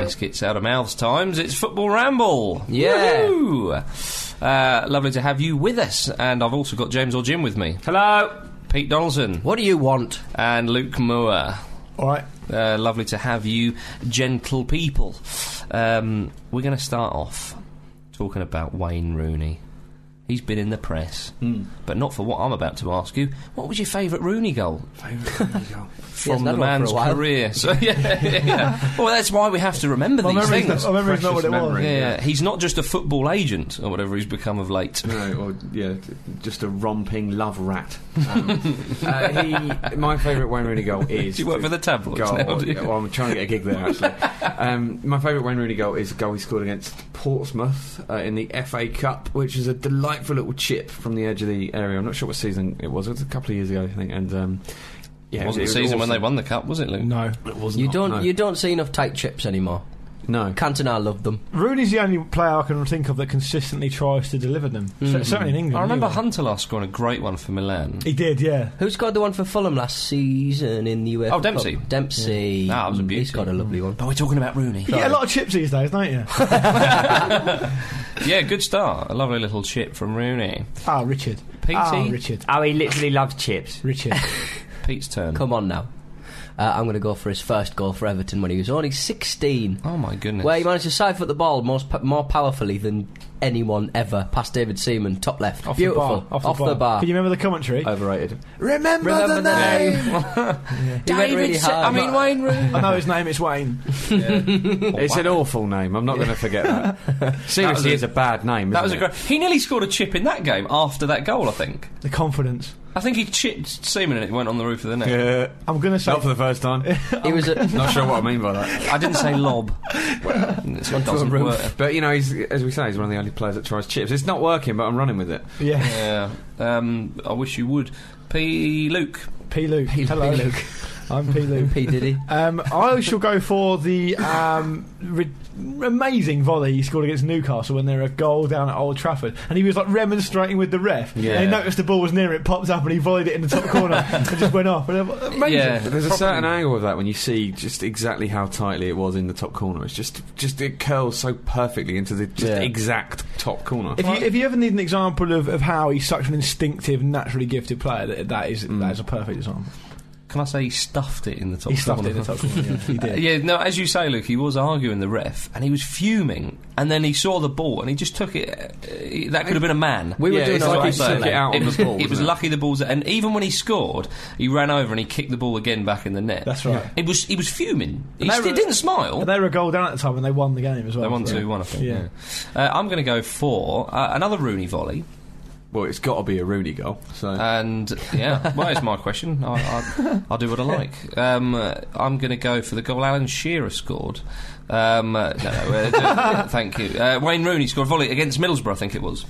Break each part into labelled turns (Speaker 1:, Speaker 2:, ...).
Speaker 1: biscuits out of mouths times. It's Football Ramble.
Speaker 2: Yeah.
Speaker 1: Woo! Uh, lovely to have you with us. And I've also got James or Jim with me.
Speaker 2: Hello.
Speaker 1: Pete Donaldson
Speaker 2: What do you want?
Speaker 1: and Luke Moore.
Speaker 3: All right.
Speaker 1: Uh, lovely to have you, gentle people. Um, we're going to start off talking about Wayne Rooney. He's been in the press,
Speaker 3: Hmm.
Speaker 1: but not for what I'm about to ask you. What was your favourite Rooney goal from the
Speaker 2: another one for a
Speaker 1: man's
Speaker 2: while.
Speaker 1: career? So, yeah, yeah. Well, that's why we have to remember
Speaker 3: My
Speaker 1: these
Speaker 3: memory's
Speaker 1: things.
Speaker 3: not, my memory's not what
Speaker 4: Precious
Speaker 3: it was.
Speaker 4: memory.
Speaker 1: Yeah, he's not just a football agent or whatever he's become of late.
Speaker 4: No, or yeah, t- just a romping love rat.
Speaker 5: Um, Uh, he, my favourite Wayne Rooney goal is.
Speaker 1: Do you work for the tabloids
Speaker 5: goal.
Speaker 1: now, do you?
Speaker 5: Well, I'm trying to get a gig there actually. um, my favourite Wayne Rooney goal is a goal he scored against Portsmouth uh, in the FA Cup, which is a delightful little chip from the edge of the area. I'm not sure what season it was. It was a couple of years ago, I think. And um, yeah,
Speaker 1: It wasn't
Speaker 5: it
Speaker 1: the
Speaker 5: was
Speaker 1: season when they
Speaker 5: awesome.
Speaker 1: won the cup, was it, Luke?
Speaker 3: No.
Speaker 2: You don't.
Speaker 5: no.
Speaker 2: You don't see enough tight chips anymore.
Speaker 5: No,
Speaker 2: Cantona loved them.
Speaker 3: Rooney's the only player I can think of that consistently tries to deliver them. C- Certainly in England.
Speaker 1: I remember
Speaker 3: anyway.
Speaker 1: Hunter last scoring a great one for Milan.
Speaker 3: He did, yeah.
Speaker 2: Who scored the one for Fulham last season in the UEFA?
Speaker 1: Oh, Dempsey.
Speaker 2: Cup? Dempsey.
Speaker 1: Yeah. Ah, that was a beauty.
Speaker 2: He's got a lovely one.
Speaker 1: But we're talking about Rooney.
Speaker 3: You get a lot of chips these days, don't you?
Speaker 1: yeah, good start. A lovely little chip from Rooney.
Speaker 3: ah, Richard.
Speaker 1: PT?
Speaker 3: Ah, Richard.
Speaker 6: Oh, he literally loved chips.
Speaker 3: Richard.
Speaker 1: Pete's turn.
Speaker 2: Come on now. Uh, I'm going to go for his first goal for Everton when he was only 16.
Speaker 1: Oh my goodness.
Speaker 2: Where he managed to siphon the ball most, more powerfully than anyone ever. Past David Seaman, top left.
Speaker 3: Off
Speaker 2: Beautiful.
Speaker 3: the bar.
Speaker 2: Off, the bar. Uh,
Speaker 3: Can you remember the commentary?
Speaker 5: overrated.
Speaker 3: remember,
Speaker 2: Remember the name. He went really
Speaker 1: Se-
Speaker 2: hard.
Speaker 1: I mean, Wayne Rooney.
Speaker 3: I know his name, it's Wayne.
Speaker 5: It's an awful name. I'm not going to forget that. Seriously,
Speaker 1: a-
Speaker 5: it's a bad name.
Speaker 1: That was a
Speaker 5: isn't
Speaker 1: great. He nearly scored a chip in that game after that goal, I think.
Speaker 3: The confidence.
Speaker 1: I think he chipped Seaman and it went on the roof of the net.
Speaker 5: it?
Speaker 3: I'm
Speaker 5: Yeah,
Speaker 3: going to say.
Speaker 5: not for the first time.
Speaker 2: he was a,
Speaker 5: not sure what I mean by that.
Speaker 1: I didn't say lob. It's- it doesn't work.
Speaker 5: But you know, he's, as we say, he's one of the only players that tries chips. It's not working, but I'm running with it.
Speaker 3: yeah.
Speaker 1: Yeah. Um, I wish you would. P. Luke.
Speaker 3: P. Luke. Hello.
Speaker 2: Luke.
Speaker 3: I'm P. Luke.
Speaker 2: P Diddy.
Speaker 3: Um, I shall go for the um, re- amazing volley he scored against Newcastle when they were a goal down at Old Trafford, and he was like remonstrating with the ref.
Speaker 5: Yeah.
Speaker 3: And he noticed the ball was near it, popped up, and he volleyed it in the top corner and just went off. uh, And I'm like, amazing.
Speaker 1: Yeah.
Speaker 5: There's a
Speaker 1: Properly-
Speaker 5: certain angle of that when you see just exactly how tightly it was in the top corner. It's just, just it curls so perfectly into the just
Speaker 2: Yeah.
Speaker 5: exact top corner.
Speaker 3: If you, if you ever need an example of, of how he's such an instinctive, naturally gifted player, that, that is that is a perfect example.
Speaker 1: Can I say he stuffed it in the Mm. top?
Speaker 3: He stuffed it
Speaker 1: corner? Uh,
Speaker 3: in the top corner. Yeah, he did.
Speaker 1: Yeah, no, as you say, Luke, he was arguing the ref and he was fuming. And then he saw the ball and he just took it. uh, that could have been a man.
Speaker 2: We were
Speaker 5: Yeah,
Speaker 2: doing
Speaker 5: it's
Speaker 2: all
Speaker 5: like
Speaker 2: right
Speaker 5: he
Speaker 2: there,
Speaker 5: took
Speaker 2: mate.
Speaker 5: it out on
Speaker 1: was,
Speaker 5: the ball.
Speaker 1: it was
Speaker 5: wasn't
Speaker 1: lucky the ball's and even when he scored, he ran over and he kicked the ball again back in the net.
Speaker 3: That's right.
Speaker 1: It was he was fuming. He,
Speaker 3: they
Speaker 1: st- he
Speaker 3: were-
Speaker 1: didn't smile.
Speaker 3: And they were a goal down at the time, and they won the game as well.
Speaker 1: They won
Speaker 3: So-
Speaker 1: two one, I think.
Speaker 3: Yeah.
Speaker 1: Uh, I'm going to go for uh, another Rooney volley,
Speaker 5: Well, it's got to be a Rooney goal. So
Speaker 1: and yeah, well, it's my question. I, I, I'll do what I like. Um, uh, I'm going to go for the goal Alan Shearer scored. Um, uh, no, no, uh, d- thank you. Uh, Wayne Rooney scored a volley against Middlesbrough, I think it was.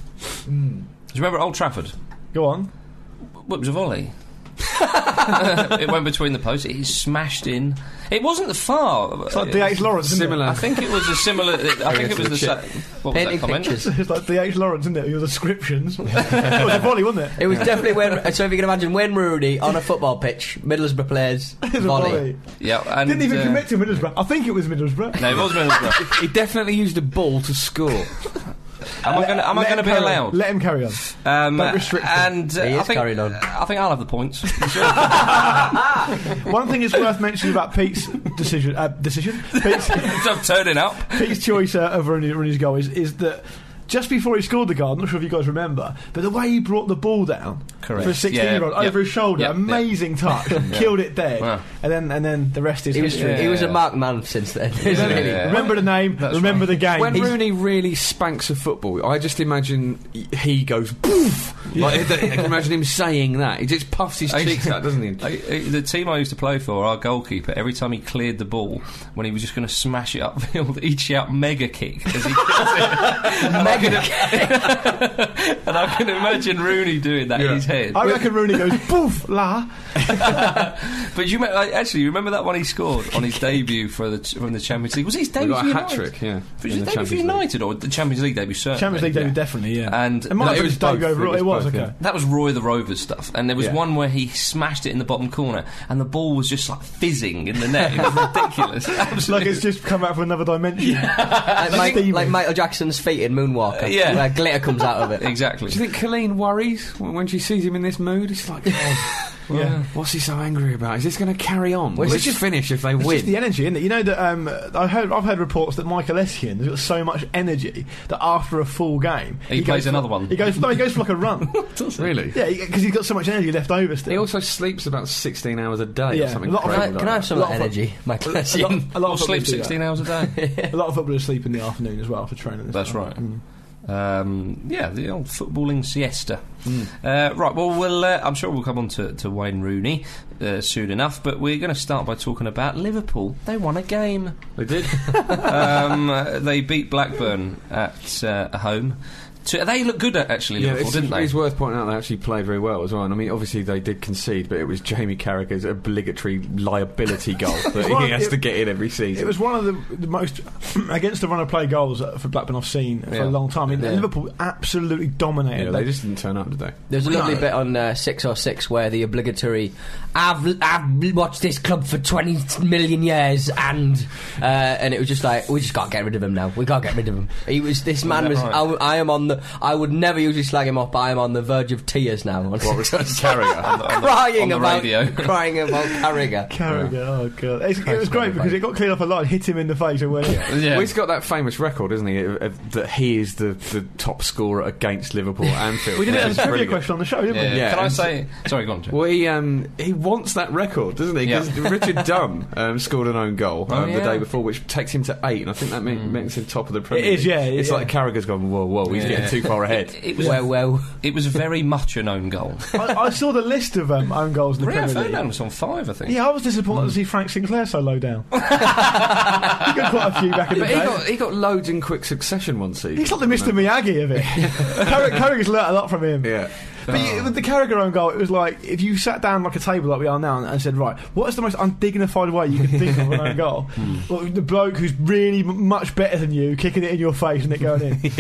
Speaker 3: Hmm.
Speaker 1: Do you remember at Old Trafford?
Speaker 3: Go on.
Speaker 1: Well, it was a volley. it went between the posts. It smashed in. It wasn't the far. uh,
Speaker 3: It's like D.H. Lawrence. isn't it?
Speaker 5: similar.
Speaker 1: I think it was a similar. I think it was the same. What was that
Speaker 2: Painting
Speaker 1: comment?
Speaker 2: pictures.
Speaker 3: It's like D.H. Lawrence, isn't it? Your descriptions. it was a volley, wasn't it?
Speaker 2: It was definitely when. So if you can imagine Wayne Rooney on a football pitch, Middlesbrough players
Speaker 3: It was a
Speaker 2: volley.
Speaker 3: volley.
Speaker 1: Yeah, and
Speaker 3: Didn't even
Speaker 1: uh,
Speaker 3: commit to Middlesbrough. I think it was Middlesbrough.
Speaker 1: No, it was Middlesbrough.
Speaker 5: he definitely used a ball to score.
Speaker 1: am I going? Am I going
Speaker 3: Let
Speaker 1: to
Speaker 3: him
Speaker 1: be
Speaker 3: carry on.
Speaker 1: allowed?
Speaker 3: Let him carry on.
Speaker 1: Um,
Speaker 3: Don't restrict them.
Speaker 1: and uh,
Speaker 2: He
Speaker 1: I
Speaker 2: is
Speaker 1: think
Speaker 2: carried on.
Speaker 1: I think I'll have the points.
Speaker 3: One thing is worth mentioning about Pete's decision. Uh, decision. Pete's,
Speaker 1: I'm turning up.
Speaker 3: Pete's choice uh, of running, running his goal is, is that just before he scored the goal, I'm not sure if you guys remember, but the way he brought the ball down
Speaker 1: Correct.
Speaker 3: for a 16 year old
Speaker 1: Yeah, yeah.
Speaker 3: over his shoulder,
Speaker 1: Yeah, yeah.
Speaker 3: amazing touch, killed it dead,
Speaker 1: Wow.
Speaker 3: and then and then the rest is
Speaker 2: He was,
Speaker 3: history.
Speaker 2: he was
Speaker 1: Yeah.
Speaker 2: a marked man since then.
Speaker 1: Yeah.
Speaker 2: Really.
Speaker 3: Remember the name,
Speaker 1: That's
Speaker 3: remember the game.
Speaker 5: When
Speaker 3: He's-
Speaker 5: Rooney really spanks a football, I just imagine he goes poof. Like, I can imagine him saying that. He just puffs his
Speaker 1: I-
Speaker 5: cheeks out, doesn't he?
Speaker 1: I, I- the team I used to play for, our goalkeeper, every time he cleared the ball, when he was just going to smash it upfield, he'd shout "mega kick" as he kills it. mega kick. and I can imagine Rooney doing that in his head.
Speaker 3: I reckon Rooney goes poof la.
Speaker 1: But you me- I- actually you remember that one he scored on his debut for the ch- from the Champions League? Was it his
Speaker 5: We
Speaker 1: debut?
Speaker 5: got
Speaker 1: for
Speaker 5: a
Speaker 1: United?
Speaker 5: hat trick, yeah.
Speaker 1: Was it
Speaker 5: in
Speaker 1: his
Speaker 5: the
Speaker 1: debut for
Speaker 5: Champions League.
Speaker 1: United or the Champions League debut? Certainly.
Speaker 3: Champions League
Speaker 1: yeah.
Speaker 3: debut definitely, yeah.
Speaker 1: And
Speaker 3: it
Speaker 1: no,
Speaker 3: might have
Speaker 5: it
Speaker 3: been
Speaker 5: was
Speaker 3: his debut
Speaker 5: both,
Speaker 3: overall. It was
Speaker 5: both,
Speaker 3: okay.
Speaker 5: yeah.
Speaker 1: That was Roy the Rovers stuff, and there was
Speaker 5: Yeah.
Speaker 1: one where he smashed it in the bottom corner, and the ball was just like fizzing in the net. It was ridiculous.
Speaker 3: It's like it's
Speaker 1: Absolutely.
Speaker 3: just come out from another dimension.
Speaker 2: Like, Mike-
Speaker 3: Steaming.
Speaker 2: like Michael Jackson's feet in Moonwalker.
Speaker 1: Uh, yeah.
Speaker 2: Where glitter comes out of it.
Speaker 1: exactly.
Speaker 5: Do you think Colleen worries when when she sees him in this mood? It's like, God,
Speaker 3: yeah.
Speaker 5: what's he so angry about? Is this going to carry on? Will
Speaker 2: Well,
Speaker 5: this
Speaker 2: it's
Speaker 5: just finish if they
Speaker 3: It's
Speaker 5: win?
Speaker 3: just the energy, isn't it? You know that um, I heard, I've heard reports that Michael Essien has got so much energy that after a full game
Speaker 1: He plays
Speaker 3: goes for-
Speaker 1: another one.
Speaker 3: He goes, no, he goes for like a run.
Speaker 5: really?
Speaker 3: yeah, because he's got so much energy left over still.
Speaker 5: He also sleeps about 16 hours a day
Speaker 3: Yeah,
Speaker 5: or something.
Speaker 3: a lot of-
Speaker 5: crazy
Speaker 2: Can I,
Speaker 5: like
Speaker 2: can I have
Speaker 5: that.
Speaker 2: some of
Speaker 3: Lot
Speaker 2: that
Speaker 3: of fun.
Speaker 2: energy, Michael
Speaker 3: a lot,
Speaker 2: Essien?
Speaker 3: a lot
Speaker 1: Or
Speaker 3: of
Speaker 1: sleep
Speaker 3: footballers do that.
Speaker 1: 16 hours a day.
Speaker 3: A lot of footballers sleep in the afternoon as well for training. and
Speaker 1: That's
Speaker 3: stuff.
Speaker 1: right.
Speaker 3: Mm.
Speaker 1: Um, yeah, the old footballing siesta. Uh, right, well, we'll uh, I'm sure we'll come on to, to Wayne Rooney uh, soon enough, but we're going to start by talking about Liverpool. They won a game.
Speaker 5: They did.
Speaker 1: um, uh, they beat Blackburn at uh, home. To, they look good, uh, actually,
Speaker 5: Yeah,
Speaker 1: Liverpool,
Speaker 5: it's,
Speaker 1: didn't they?
Speaker 5: it's worth pointing out they actually played very well as well. And I mean, obviously they did concede, but it was Jamie Carragher's obligatory liability goal that
Speaker 3: Well,
Speaker 5: he has
Speaker 3: it-
Speaker 5: to get in every season.
Speaker 3: It was one of the, the most against the run of play goals uh, for Blackburn I've seen for
Speaker 1: Yeah.
Speaker 3: a long time. I mean,
Speaker 2: Yeah.
Speaker 3: Liverpool absolutely dominated.
Speaker 5: yeah,
Speaker 3: They-
Speaker 5: they just didn't turn up, did they?
Speaker 2: There's a lovely bit on uh, 606 where the obligatory I've, I've watched this club for 20 million years and uh, and it was just like we just can't get rid of him now we can't get rid of him he was this man was I, w- I am on the I would never usually slag him off but I am on the verge of tears now
Speaker 5: What was Carragher?
Speaker 2: crying
Speaker 1: on the
Speaker 2: about
Speaker 1: radio.
Speaker 2: crying about Carragher
Speaker 3: Carragher, oh god, It's- it was
Speaker 2: Christ,
Speaker 3: great because
Speaker 2: mate.
Speaker 3: it got cleared up a lot. and Hit him in the face and went.
Speaker 1: Yeah.
Speaker 5: Well, he's got that famous record, isn't he? of- of- That he is the, the top scorer against Liverpool at Anfield.
Speaker 3: We did it
Speaker 5: which
Speaker 3: as
Speaker 5: is
Speaker 3: a trivia
Speaker 5: brilliant.
Speaker 3: question on the show, didn't
Speaker 1: Yeah.
Speaker 3: we?
Speaker 5: Yeah,
Speaker 1: Can I
Speaker 5: and-
Speaker 1: say? Sorry, go on. Jim.
Speaker 5: Well, he um, he wants that record, doesn't he? Because Richard Dunn um, scored an own goal
Speaker 1: Oh,
Speaker 5: um,
Speaker 1: yeah.
Speaker 5: the day before, which takes him to eight, and I think that ma- makes him top of the Premier.
Speaker 3: Hmm. It is,
Speaker 5: League.
Speaker 3: yeah,
Speaker 5: It's
Speaker 3: yeah.
Speaker 5: like Carragher's gone. Whoa, whoa, he's
Speaker 1: Yeah.
Speaker 5: getting too far ahead.
Speaker 1: it, was,
Speaker 2: well well
Speaker 1: it was very much a known goal.
Speaker 3: I, I saw the list of um, own goals in the
Speaker 1: Rio
Speaker 3: Premier League.
Speaker 1: Ferdinand was on five, I think.
Speaker 3: Yeah, I was disappointed to see Frank Sinclair so low down. he got quite a few back in the
Speaker 5: But he
Speaker 3: day.
Speaker 5: got he got loads in quick succession one season.
Speaker 3: He's like the Mr. Miyagi of it. Carrag- Carragher's learnt a lot from him.
Speaker 5: Yeah, Oh.
Speaker 3: But you- with the Carragher own goal, it was like if you sat down like a table like we are now and, and said, right, what is the most undignified way you can think of an own goal?
Speaker 5: Hmm.
Speaker 3: Well, the bloke who's really m- much better than you kicking it in your face and it going in.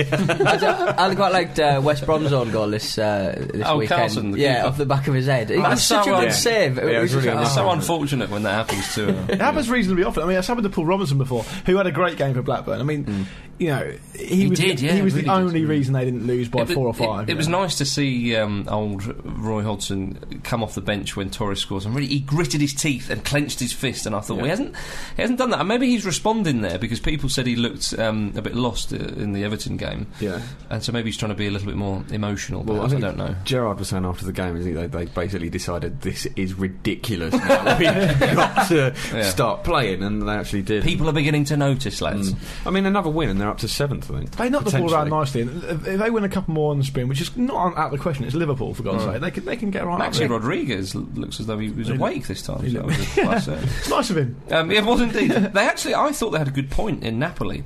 Speaker 2: I quite liked uh, West Brom's own goal this, uh, this
Speaker 1: Oh,
Speaker 2: weekend
Speaker 1: Carlson, the
Speaker 2: yeah
Speaker 1: keeper.
Speaker 2: off the back of his head it was
Speaker 1: that's
Speaker 2: such
Speaker 1: so,
Speaker 2: a good
Speaker 1: um,
Speaker 2: save
Speaker 5: Yeah, it was
Speaker 2: just
Speaker 5: really
Speaker 2: like,
Speaker 1: It's so
Speaker 5: Oh.
Speaker 1: unfortunate when that happens to uh, him.
Speaker 3: It happens reasonably often. I mean, that's happened to Paul Robinson before, who had a great game for Blackburn. I mean, you know, he,
Speaker 1: He
Speaker 3: was
Speaker 1: did,
Speaker 3: the,
Speaker 1: yeah,
Speaker 3: he was
Speaker 1: really
Speaker 3: the
Speaker 1: did.
Speaker 3: only reason they didn't lose by
Speaker 1: It-
Speaker 3: four or
Speaker 1: it-
Speaker 3: five.
Speaker 1: It,
Speaker 3: you
Speaker 1: was
Speaker 3: know.
Speaker 1: nice to see um, old Roy Hodgson come off the bench when Torres scores, and really he gritted his teeth and clenched his fist. And I thought well, he hasn't he hasn't done that, and maybe he's responding there because people said he looked um, a bit lost uh, in the Everton game,
Speaker 5: yeah.
Speaker 1: and so maybe he's trying to be a little bit more emotional.
Speaker 5: Well, I,
Speaker 1: perhaps. I,
Speaker 5: think
Speaker 1: don't know.
Speaker 5: Gerard was saying after the game, isn't he? They, they basically decided this is ridiculous. Now. We've got to
Speaker 1: Yeah.
Speaker 5: start playing, and they actually did.
Speaker 1: People are beginning to notice, lads.
Speaker 5: Mm. I mean, another win, and they're up to seventh. I think
Speaker 3: They knocked the ball
Speaker 5: potentially.
Speaker 3: around nicely, and if if they win a couple more in the spring, which is not out of the question, it's Liverpool for God's sake. They can they can get right. up
Speaker 1: Mm. Maxi
Speaker 3: there.
Speaker 1: Rodriguez l- looks as though he was
Speaker 3: He look-
Speaker 1: awake this time.
Speaker 3: he
Speaker 1: So
Speaker 3: look-
Speaker 1: that was a plus, uh,
Speaker 3: it's nice of him.
Speaker 1: um, it was indeed. They actually, I thought they had a good point in Napoli.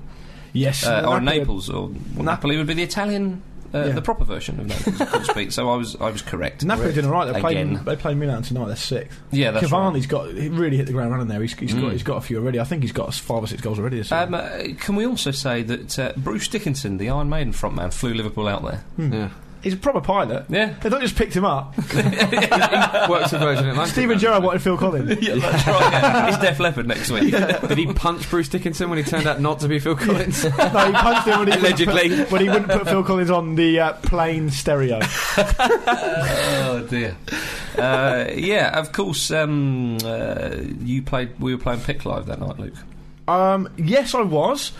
Speaker 3: Yes,
Speaker 1: uh, or
Speaker 3: Napoli-
Speaker 1: Naples, or well, Napoli would be the Italian, uh,
Speaker 3: Yeah.
Speaker 1: the proper version of Naples, of course, Pete. So I was, I was correct.
Speaker 3: Napoli did all right. They
Speaker 1: Again.
Speaker 3: played, they played Milan tonight. They're sixth.
Speaker 1: Yeah, that's Mm.
Speaker 3: Cavani's got he really hit the ground running there. He's, he's got he's got a few already. I think he's got five or six goals already. This
Speaker 1: Um,
Speaker 3: season.
Speaker 1: uh, can we also say that uh, Bruce Dickinson, the Iron Maiden frontman, flew Liverpool out there?
Speaker 5: Yeah.
Speaker 3: he's a proper pilot.
Speaker 1: Yeah.
Speaker 3: They don't just picked him up.
Speaker 5: Works for Virgin Atlantic.
Speaker 3: Stephen
Speaker 5: now.
Speaker 3: Gerrard wanted Phil Collins.
Speaker 1: yeah, that's right. Yeah. It's Def Leppard next week.
Speaker 5: Did he punch Bruce Dickinson when he turned out not to be Phil Collins?
Speaker 3: no, he punched him when he
Speaker 5: Allegedly.
Speaker 3: When he wouldn't put Phil Collins on the uh, plane stereo.
Speaker 1: oh dear. Uh, yeah, of course. Um, uh, you played. We were playing Pick Live that night, Luke.
Speaker 3: Um, yes, I was.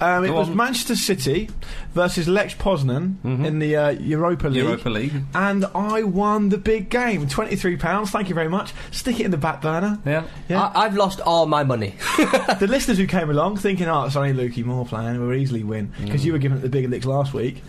Speaker 3: Um, it
Speaker 1: Go on.
Speaker 3: was
Speaker 1: Mm-hmm.
Speaker 3: Manchester City versus Lex Poznan in the uh, Europa League.
Speaker 1: Europa League.
Speaker 3: and I won the big game. £23, thank you very much. Stick it in the back burner.
Speaker 1: Yeah.
Speaker 3: Yeah.
Speaker 2: uh, I, I've lost all my money.
Speaker 3: the listeners who came along thinking, oh, it's only Lukey Moore playing, we'll easily win.
Speaker 1: Mm.
Speaker 3: Because you were giving it the big licks last week.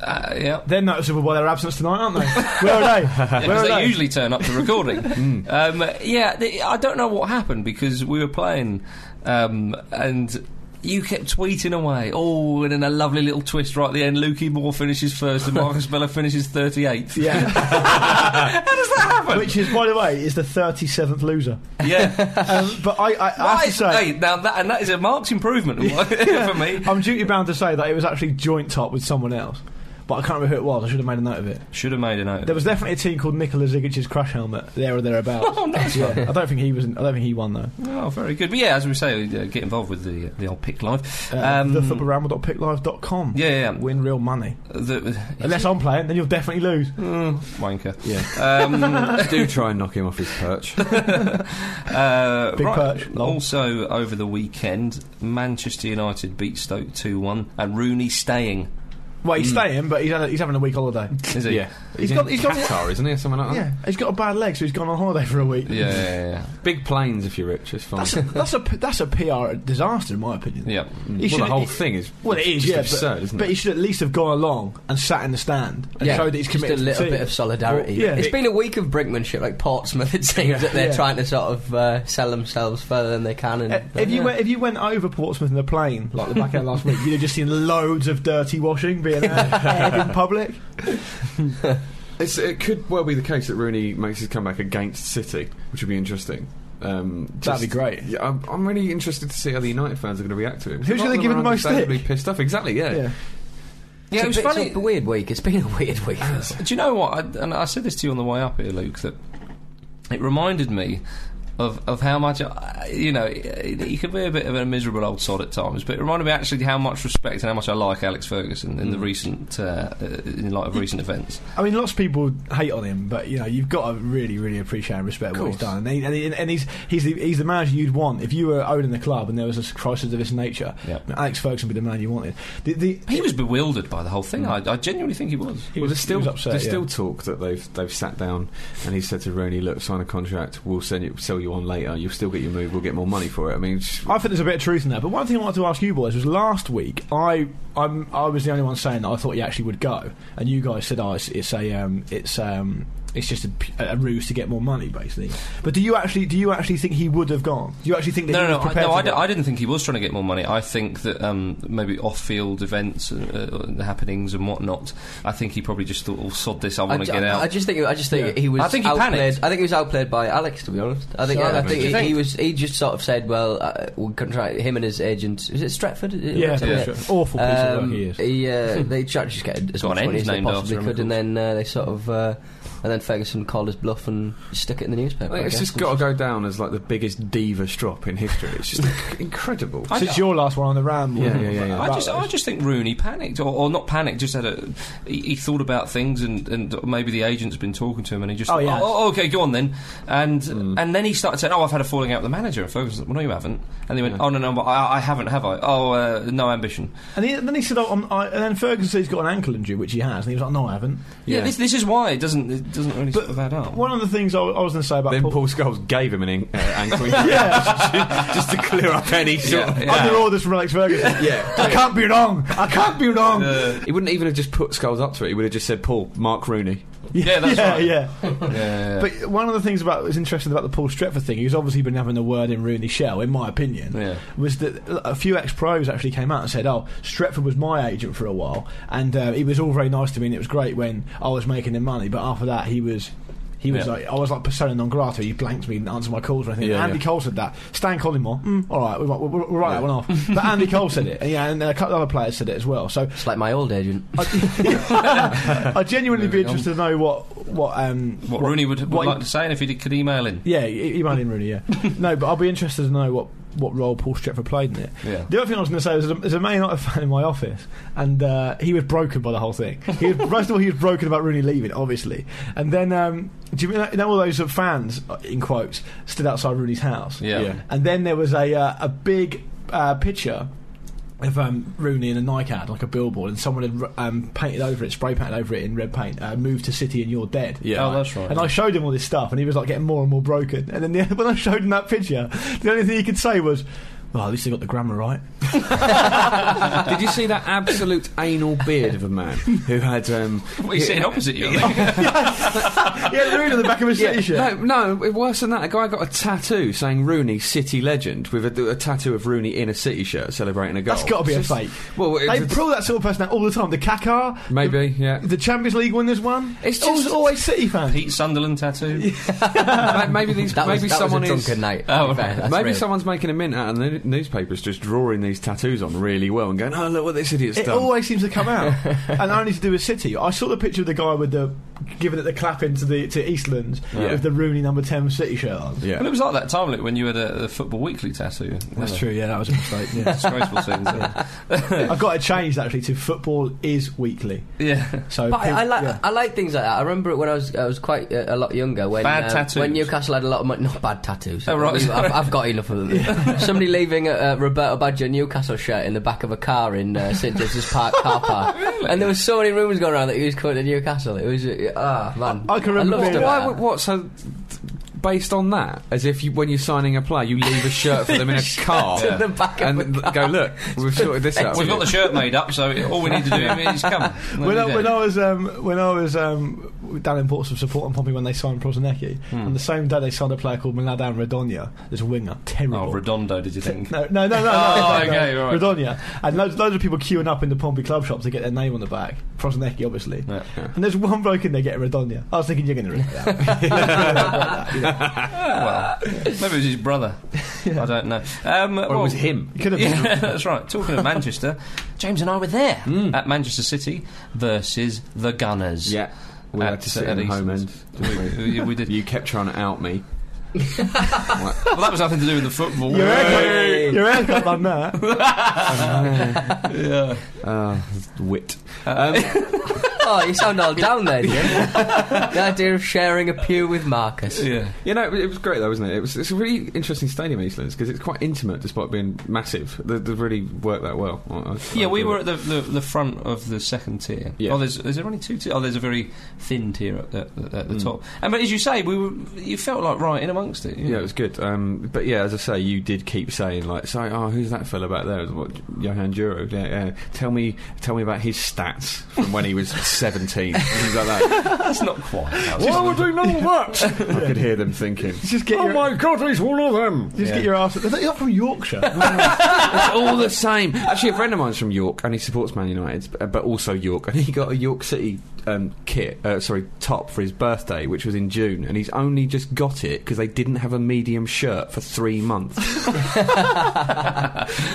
Speaker 1: Uh, yeah.
Speaker 3: They're noticeable by their absence tonight, aren't they? Where are they?
Speaker 1: Yeah,
Speaker 3: Where
Speaker 1: 'cause
Speaker 3: are
Speaker 1: they
Speaker 3: they?
Speaker 1: usually turn up to recording.
Speaker 3: Hmm.
Speaker 1: um, yeah, the I don't know what happened because we were playing um, and. You kept tweeting away. Oh, and then a lovely little twist right at the end. Lukey Moore finishes first and Marcus Bella finishes 38th.
Speaker 3: yeah.
Speaker 1: How does that happen?
Speaker 3: Which is, by the way, is the 37th loser.
Speaker 1: yeah.
Speaker 3: Um, but I, I, I have
Speaker 1: Why-
Speaker 3: to say, Oh.
Speaker 1: hey, now that, and that is a marked improvement for me.
Speaker 3: I'm duty bound to say that it was actually joint top with someone else. But I can't remember who it was. I should have made a note of it.
Speaker 1: Should have made a note.
Speaker 3: There was definitely a team called Nikola Zigic's crash helmet there or thereabouts.
Speaker 1: Oh, nice
Speaker 3: Yeah, I don't think he was. I don't think he won though.
Speaker 1: Oh, very good. But yeah, as we say, uh, get involved with the the old pick live.
Speaker 3: Uh, thefootballramble.picklive.com.
Speaker 1: yeah, yeah, yeah.
Speaker 3: Win real money.
Speaker 1: The,
Speaker 3: Unless I'm playing, then you'll definitely lose.
Speaker 1: Mm, wanker.
Speaker 5: Yeah.
Speaker 1: Um,
Speaker 5: Do try and knock him off his perch.
Speaker 1: uh,
Speaker 3: Big
Speaker 1: right,
Speaker 3: perch, lol.
Speaker 1: Also, over the weekend, Manchester United beat Stoke two one, and Rooney staying.
Speaker 3: Well, he's staying, but he's, had a, he's having a week holiday.
Speaker 1: Is he?
Speaker 5: Yeah.
Speaker 3: He's
Speaker 5: He's,
Speaker 3: got-
Speaker 5: got,
Speaker 3: he's got-
Speaker 5: Qatar, isn't he? or Something like that.
Speaker 3: Yeah, he's got a bad leg, so he's gone on holiday for a week.
Speaker 1: Yeah, yeah,
Speaker 5: Big planes if you're rich, it's fine.
Speaker 3: That's a that's a p- that's a PR disaster in my opinion.
Speaker 1: yeah. yeah.
Speaker 5: Mm.
Speaker 3: he
Speaker 5: well,
Speaker 3: should-
Speaker 5: the whole
Speaker 3: he-
Speaker 5: thing is
Speaker 3: Well, it is,
Speaker 5: just
Speaker 3: yeah,
Speaker 5: absurd,
Speaker 3: but,
Speaker 5: isn't
Speaker 3: but
Speaker 5: it?
Speaker 3: he should at least have gone along and sat in the stand and
Speaker 2: Yeah,
Speaker 3: showed that he's
Speaker 2: just
Speaker 3: committed.
Speaker 2: a little
Speaker 3: to the
Speaker 2: bit
Speaker 3: team.
Speaker 2: of solidarity.
Speaker 3: Well, yeah.
Speaker 2: It's
Speaker 3: It-
Speaker 2: been a week of brinkmanship, like Portsmouth. It seems that they're
Speaker 3: Yeah.
Speaker 2: trying to sort of uh, sell themselves further than they can. And
Speaker 3: Uh, if you went, if you went over Portsmouth in the plane like the back end last week, you'd have just seen loads of dirty washing being uh, aired in public.
Speaker 5: It's, it could well be the case that Rooney makes his comeback against City, which would be interesting. Um,
Speaker 3: That'd be great.
Speaker 5: Yeah, I'm, I'm really interested to see how the United fans are going to react to it.
Speaker 3: Who's gonna give him the most
Speaker 5: Be
Speaker 3: stick?
Speaker 5: pissed off, exactly. Yeah.
Speaker 3: Yeah,
Speaker 1: Yeah, it was funny.
Speaker 2: It's a weird week. It's been a weird week.
Speaker 1: Do you know what? I, and I said this to you on the way up here, Luke. That it reminded me of of how much I, you know he could be a bit of a miserable old sod at times, but it reminded me actually how much respect and how much I like Alex Ferguson in the
Speaker 3: Mm.
Speaker 1: recent uh, in light of recent events.
Speaker 3: I mean, lots of people hate on him, but you know you've got to really, really appreciate and respect what he's done. And, he, and, he, and he's he's the, he's the manager you'd want if you were owning the club and there was a crisis of this nature.
Speaker 1: Yeah.
Speaker 3: Alex Ferguson would be the man you wanted. The, the,
Speaker 1: He was bewildered by the whole thing.
Speaker 3: Mm.
Speaker 1: I, I genuinely think he was.
Speaker 3: he
Speaker 5: well,
Speaker 3: was
Speaker 5: there's still
Speaker 3: he was upset.
Speaker 5: there's
Speaker 3: yeah.
Speaker 5: still talk that they've they've sat down and he said to Rooney, "Look, sign a contract. We'll send you, sell you on later. You'll still get your move. We'll get more money for it." I mean, it's-
Speaker 3: I think there's a bit of truth in that. But one thing I wanted to ask you boys was last week I I'm, I was the only one saying that I thought he actually would go, and you guys said, "Oh, it's, it's a um, it's um, it's just a, p- a ruse to get more money, basically." But do you actually do you actually think he would have gone? Do you actually think that
Speaker 1: No,
Speaker 3: he
Speaker 1: no,
Speaker 3: was
Speaker 1: no, I,
Speaker 3: prepared
Speaker 1: no
Speaker 3: to
Speaker 1: I, d-
Speaker 3: go?
Speaker 1: I didn't think he was trying to get more money. I think that um, maybe off-field events, uh, uh, happenings, and whatnot. I think he probably just thought, "Oh, sod this! I
Speaker 2: I,
Speaker 1: want to
Speaker 2: ju-
Speaker 1: get out."
Speaker 2: I just think I just think he was.
Speaker 1: I think he
Speaker 2: outplayed.
Speaker 1: panicked.
Speaker 2: I think he was outplayed by Alex. To be honest, I think
Speaker 5: Sorry,
Speaker 2: I
Speaker 5: mate.
Speaker 2: think
Speaker 5: Do
Speaker 2: he,
Speaker 5: you think?
Speaker 2: he was. He just sort of said, "Well, uh, we couldn't try." Him and his agent is it Stratford?
Speaker 3: Yeah,
Speaker 1: Yeah.
Speaker 3: sure. awful piece of work
Speaker 2: Um,
Speaker 3: he is.
Speaker 2: he, uh, they tried to just get as
Speaker 1: Got
Speaker 2: much
Speaker 1: an
Speaker 2: money
Speaker 1: end
Speaker 2: as they
Speaker 1: named
Speaker 2: possibly
Speaker 1: after him,
Speaker 2: could,
Speaker 1: of
Speaker 2: and then uh, they sort of, uh, and then Ferguson called his bluff and stuck it in the newspaper.
Speaker 5: I think
Speaker 2: I
Speaker 5: it's
Speaker 2: guess.
Speaker 5: just got to go down as like the biggest diva strop in history. It's just incredible.
Speaker 3: Since your last one on the ramble,
Speaker 5: Yeah, yeah, yeah, yeah.
Speaker 1: I just, I just think Rooney panicked, or, or not panicked. Just had a, he, he thought about things, and, and maybe the agent's been talking to him, and he just,
Speaker 3: Oh,
Speaker 1: thought,
Speaker 3: yeah.
Speaker 1: oh, oh, okay, go on then, and and then he started saying, oh, I've had a falling out with the manager, and Ferguson, said, well, no, you haven't, and he went, oh no, no, but I, I haven't, have I? Oh, uh, no ambition.
Speaker 3: and, he, then he said, oh, I'm, I, and then Ferguson said he's got an ankle injury, which he has, and he was like, "No, I haven't."
Speaker 1: Yeah,
Speaker 5: Yeah.
Speaker 1: this this is why it doesn't it doesn't really sort of add up.
Speaker 3: One of the things I, I was going to say about
Speaker 5: Then
Speaker 3: Paul,
Speaker 5: Paul Scholes gave him an in- uh, ankle
Speaker 3: Yeah.
Speaker 5: just to clear up any sort
Speaker 1: Yeah,
Speaker 5: of
Speaker 1: yeah.
Speaker 3: under orders from Alex Ferguson,
Speaker 5: Yeah. Uh,
Speaker 3: I can't be wrong. I can't be wrong.
Speaker 5: He wouldn't even have just put Skulls up to it. He would have just said, Paul, Mark Rooney.
Speaker 1: yeah, that's
Speaker 3: yeah,
Speaker 1: right.
Speaker 3: yeah.
Speaker 1: Yeah, yeah,
Speaker 3: But one of the things about was interesting about the Paul Stretford thing, he's obviously been having a word in Rooney's shell, in my opinion,
Speaker 1: Yeah.
Speaker 3: was that a few ex pros actually came out and said, "Oh, Stretford was my agent for a while, and uh, he was all very nice to me, and it was great when I was making him money, but after that, he was." He was
Speaker 1: Yeah.
Speaker 3: like, I was like persona non grata. He blanked me, and didn't answer my calls or anything.
Speaker 5: Yeah,
Speaker 3: Andy
Speaker 5: yeah.
Speaker 3: Cole said that. Stan Collymore, mm, all right, we'll, we'll, we'll
Speaker 5: Yeah.
Speaker 3: write that one off. But Andy Cole said it, and, yeah, and then a couple of other players said it as well. So
Speaker 2: It's like my old agent.
Speaker 3: I, I genuinely be
Speaker 1: Moving on.
Speaker 3: interested to know what what um
Speaker 1: What, Rooney would, would
Speaker 3: what-
Speaker 1: like to say, and if he did, could email in.
Speaker 3: yeah, e- email in Rooney, yeah. no, but I'll be interested to know what, what role Paul Stretford played in it.
Speaker 1: Yeah.
Speaker 3: The other thing I was going to say was there's a, there's a Man United fan in my office, and uh, he was broken by the whole thing. He was, first of all, he was broken about Rooney leaving, obviously, and then um, do you know, you know all those uh, fans uh, in quotes stood outside Rooney's house?
Speaker 1: Yeah. Oh,
Speaker 5: Yeah.
Speaker 3: And then there was a uh, a big uh, picture of um, Rooney in a Nike ad, like a billboard, and someone had um, painted over it, spray painted over it in red paint, uh, "Move to City and you're dead."
Speaker 5: Yeah.
Speaker 1: Oh, that's right.
Speaker 3: And I showed him all this stuff, and he was like getting more and more broken. And then the, when I showed him that picture, the only thing he could say was, "Well, at least they got the grammar right."
Speaker 5: Did you see that absolute anal beard of a man who had? Um,
Speaker 1: Well, he's sitting opposite you. I think.
Speaker 3: he had Rooney on the back of his
Speaker 5: yeah,
Speaker 3: city shirt.
Speaker 5: no, no, worse than that. A guy got a tattoo saying Rooney, City legend, with a, a tattoo of Rooney in a City shirt celebrating a goal.
Speaker 3: That's got to be a
Speaker 5: It's just-
Speaker 3: fake.
Speaker 5: Well, it
Speaker 3: They
Speaker 5: was-
Speaker 3: pull that sort of person out all the time. The Kaká,
Speaker 5: maybe, yeah.
Speaker 3: the Champions League winners one.
Speaker 5: It's just-
Speaker 3: always, always City fans.
Speaker 1: Pete Sunderland tattoo.
Speaker 5: Ma- maybe these,
Speaker 2: That
Speaker 5: maybe
Speaker 2: was, that
Speaker 5: someone
Speaker 2: was a
Speaker 5: is.
Speaker 2: drunken night.
Speaker 1: Oh,
Speaker 2: to be fair.
Speaker 1: right.
Speaker 2: That's
Speaker 5: Maybe
Speaker 2: real.
Speaker 5: someone's making a mint out of the n- newspapers, just drawing these tattoos on really well and going, "Oh, look what this idiot's
Speaker 3: It
Speaker 5: done."
Speaker 3: always seems to come out, and only to do with City. I saw the picture of the guy with the giving it the clap into the to Eastlands
Speaker 5: Yeah.
Speaker 3: with the Rooney number ten City shirt on.
Speaker 1: Well, it
Speaker 5: yeah,
Speaker 1: was like that time like, when you had a, the Football Weekly tattoo.
Speaker 3: That's true. Yeah, that was a mistake. Yeah.
Speaker 1: Disgraceful things. Yeah.
Speaker 3: I've got it changed actually to football is weekly.
Speaker 1: yeah.
Speaker 3: So,
Speaker 2: But
Speaker 3: people-
Speaker 2: I, I like
Speaker 3: yeah.
Speaker 2: I like things like that. I remember it when I was I was quite a, a lot younger when
Speaker 1: Bad
Speaker 2: uh,
Speaker 1: tattoos.
Speaker 2: when Newcastle had a lot of money. Not bad tattoos.
Speaker 1: Oh, right.
Speaker 2: We've- I've, I've got enough of them. Somebody leaving a, a Roberto Baggio Newcastle shirt in the back of a car in uh, St James's Park car park, and there was so many rumours going around that he was coming to Newcastle. It was uh, ah man.
Speaker 3: I- I can remember
Speaker 2: love
Speaker 3: being-
Speaker 2: stuff
Speaker 5: Why
Speaker 2: like
Speaker 5: would, what? So, based on that, as if you, when you're signing a player, you leave a shirt for them in a car
Speaker 2: that. to the back of a
Speaker 5: and
Speaker 2: car.
Speaker 5: go, "Look, we've sorted this out."
Speaker 1: We've got the shirt made up, so all we need to do is come.
Speaker 3: When I, when I was um, when I was um, down in Portsmouth supporting Pompey when they signed Prosinecki,
Speaker 1: Hmm.
Speaker 3: on the same day they signed a player called Miladan Radonja, this winger,
Speaker 1: oh,
Speaker 3: terrible.
Speaker 1: Redondo, did you think?
Speaker 3: no, no, no, no, no,
Speaker 1: Oh,
Speaker 3: no, no.
Speaker 1: okay, right.
Speaker 3: Radonja, and loads, loads of people queuing up in the Pompey club shop to get their name on the back. Prosinecki, obviously,
Speaker 1: Yeah.
Speaker 3: and there's one bloke in there getting Radonja. I was thinking you're going to read that.
Speaker 1: Well, maybe it was his brother. I don't know. Um,
Speaker 5: or it was him.
Speaker 3: Could have been.
Speaker 1: Yeah, that's right. Talking of Manchester, James and I were there at Manchester City versus the Gunners.
Speaker 5: Yeah, we
Speaker 1: At-
Speaker 5: had to sit
Speaker 1: at
Speaker 5: at home end.
Speaker 1: Easton's.
Speaker 5: didn't we?
Speaker 1: We, we did.
Speaker 5: You kept trying to out me.
Speaker 1: Well, that was nothing to do with the football.
Speaker 3: Your haircut, your haircut on that.
Speaker 1: Yeah.
Speaker 5: Uh, wit. Um,
Speaker 2: Oh, you sound all down there, Jim. the idea of sharing a pew with Marcus.
Speaker 1: yeah.
Speaker 5: You know, it was great though, wasn't it? It was it's a really interesting stadium, Eastlands, because it's quite intimate despite being massive. They, they really work that well. I- I-
Speaker 1: Yeah,
Speaker 5: I
Speaker 1: we
Speaker 5: feel
Speaker 1: were
Speaker 5: it.
Speaker 1: at the, the, the front of the second tier.
Speaker 5: Yeah.
Speaker 1: Oh, there's is there only two tiers? Oh, there's a very thin tier at the, at the
Speaker 5: Mm.
Speaker 1: top. And but as you say, we were you felt like right in amongst it.
Speaker 5: Yeah, it was good. Um, but yeah, as I say, you did keep saying like, "So, oh, who's that fella back there? What, Johan Juro? Yeah, yeah. Tell me, tell me about his stats from when he was seventeen. Things like that.
Speaker 1: that's not quite. That was-
Speaker 5: Why would he know that? I could hear them thinking.
Speaker 3: Just get
Speaker 5: Oh
Speaker 3: your,
Speaker 5: my God, he's one of them.
Speaker 3: just
Speaker 1: Yeah.
Speaker 3: get your ass. They're not from Yorkshire.
Speaker 5: It's all the same. Actually, a friend of mine's from York, and he supports Man United, b- but also York, and he got a York City um, kit, uh, sorry, top for his birthday, which was in June, and he's only just got it because they didn't have a medium shirt for three months.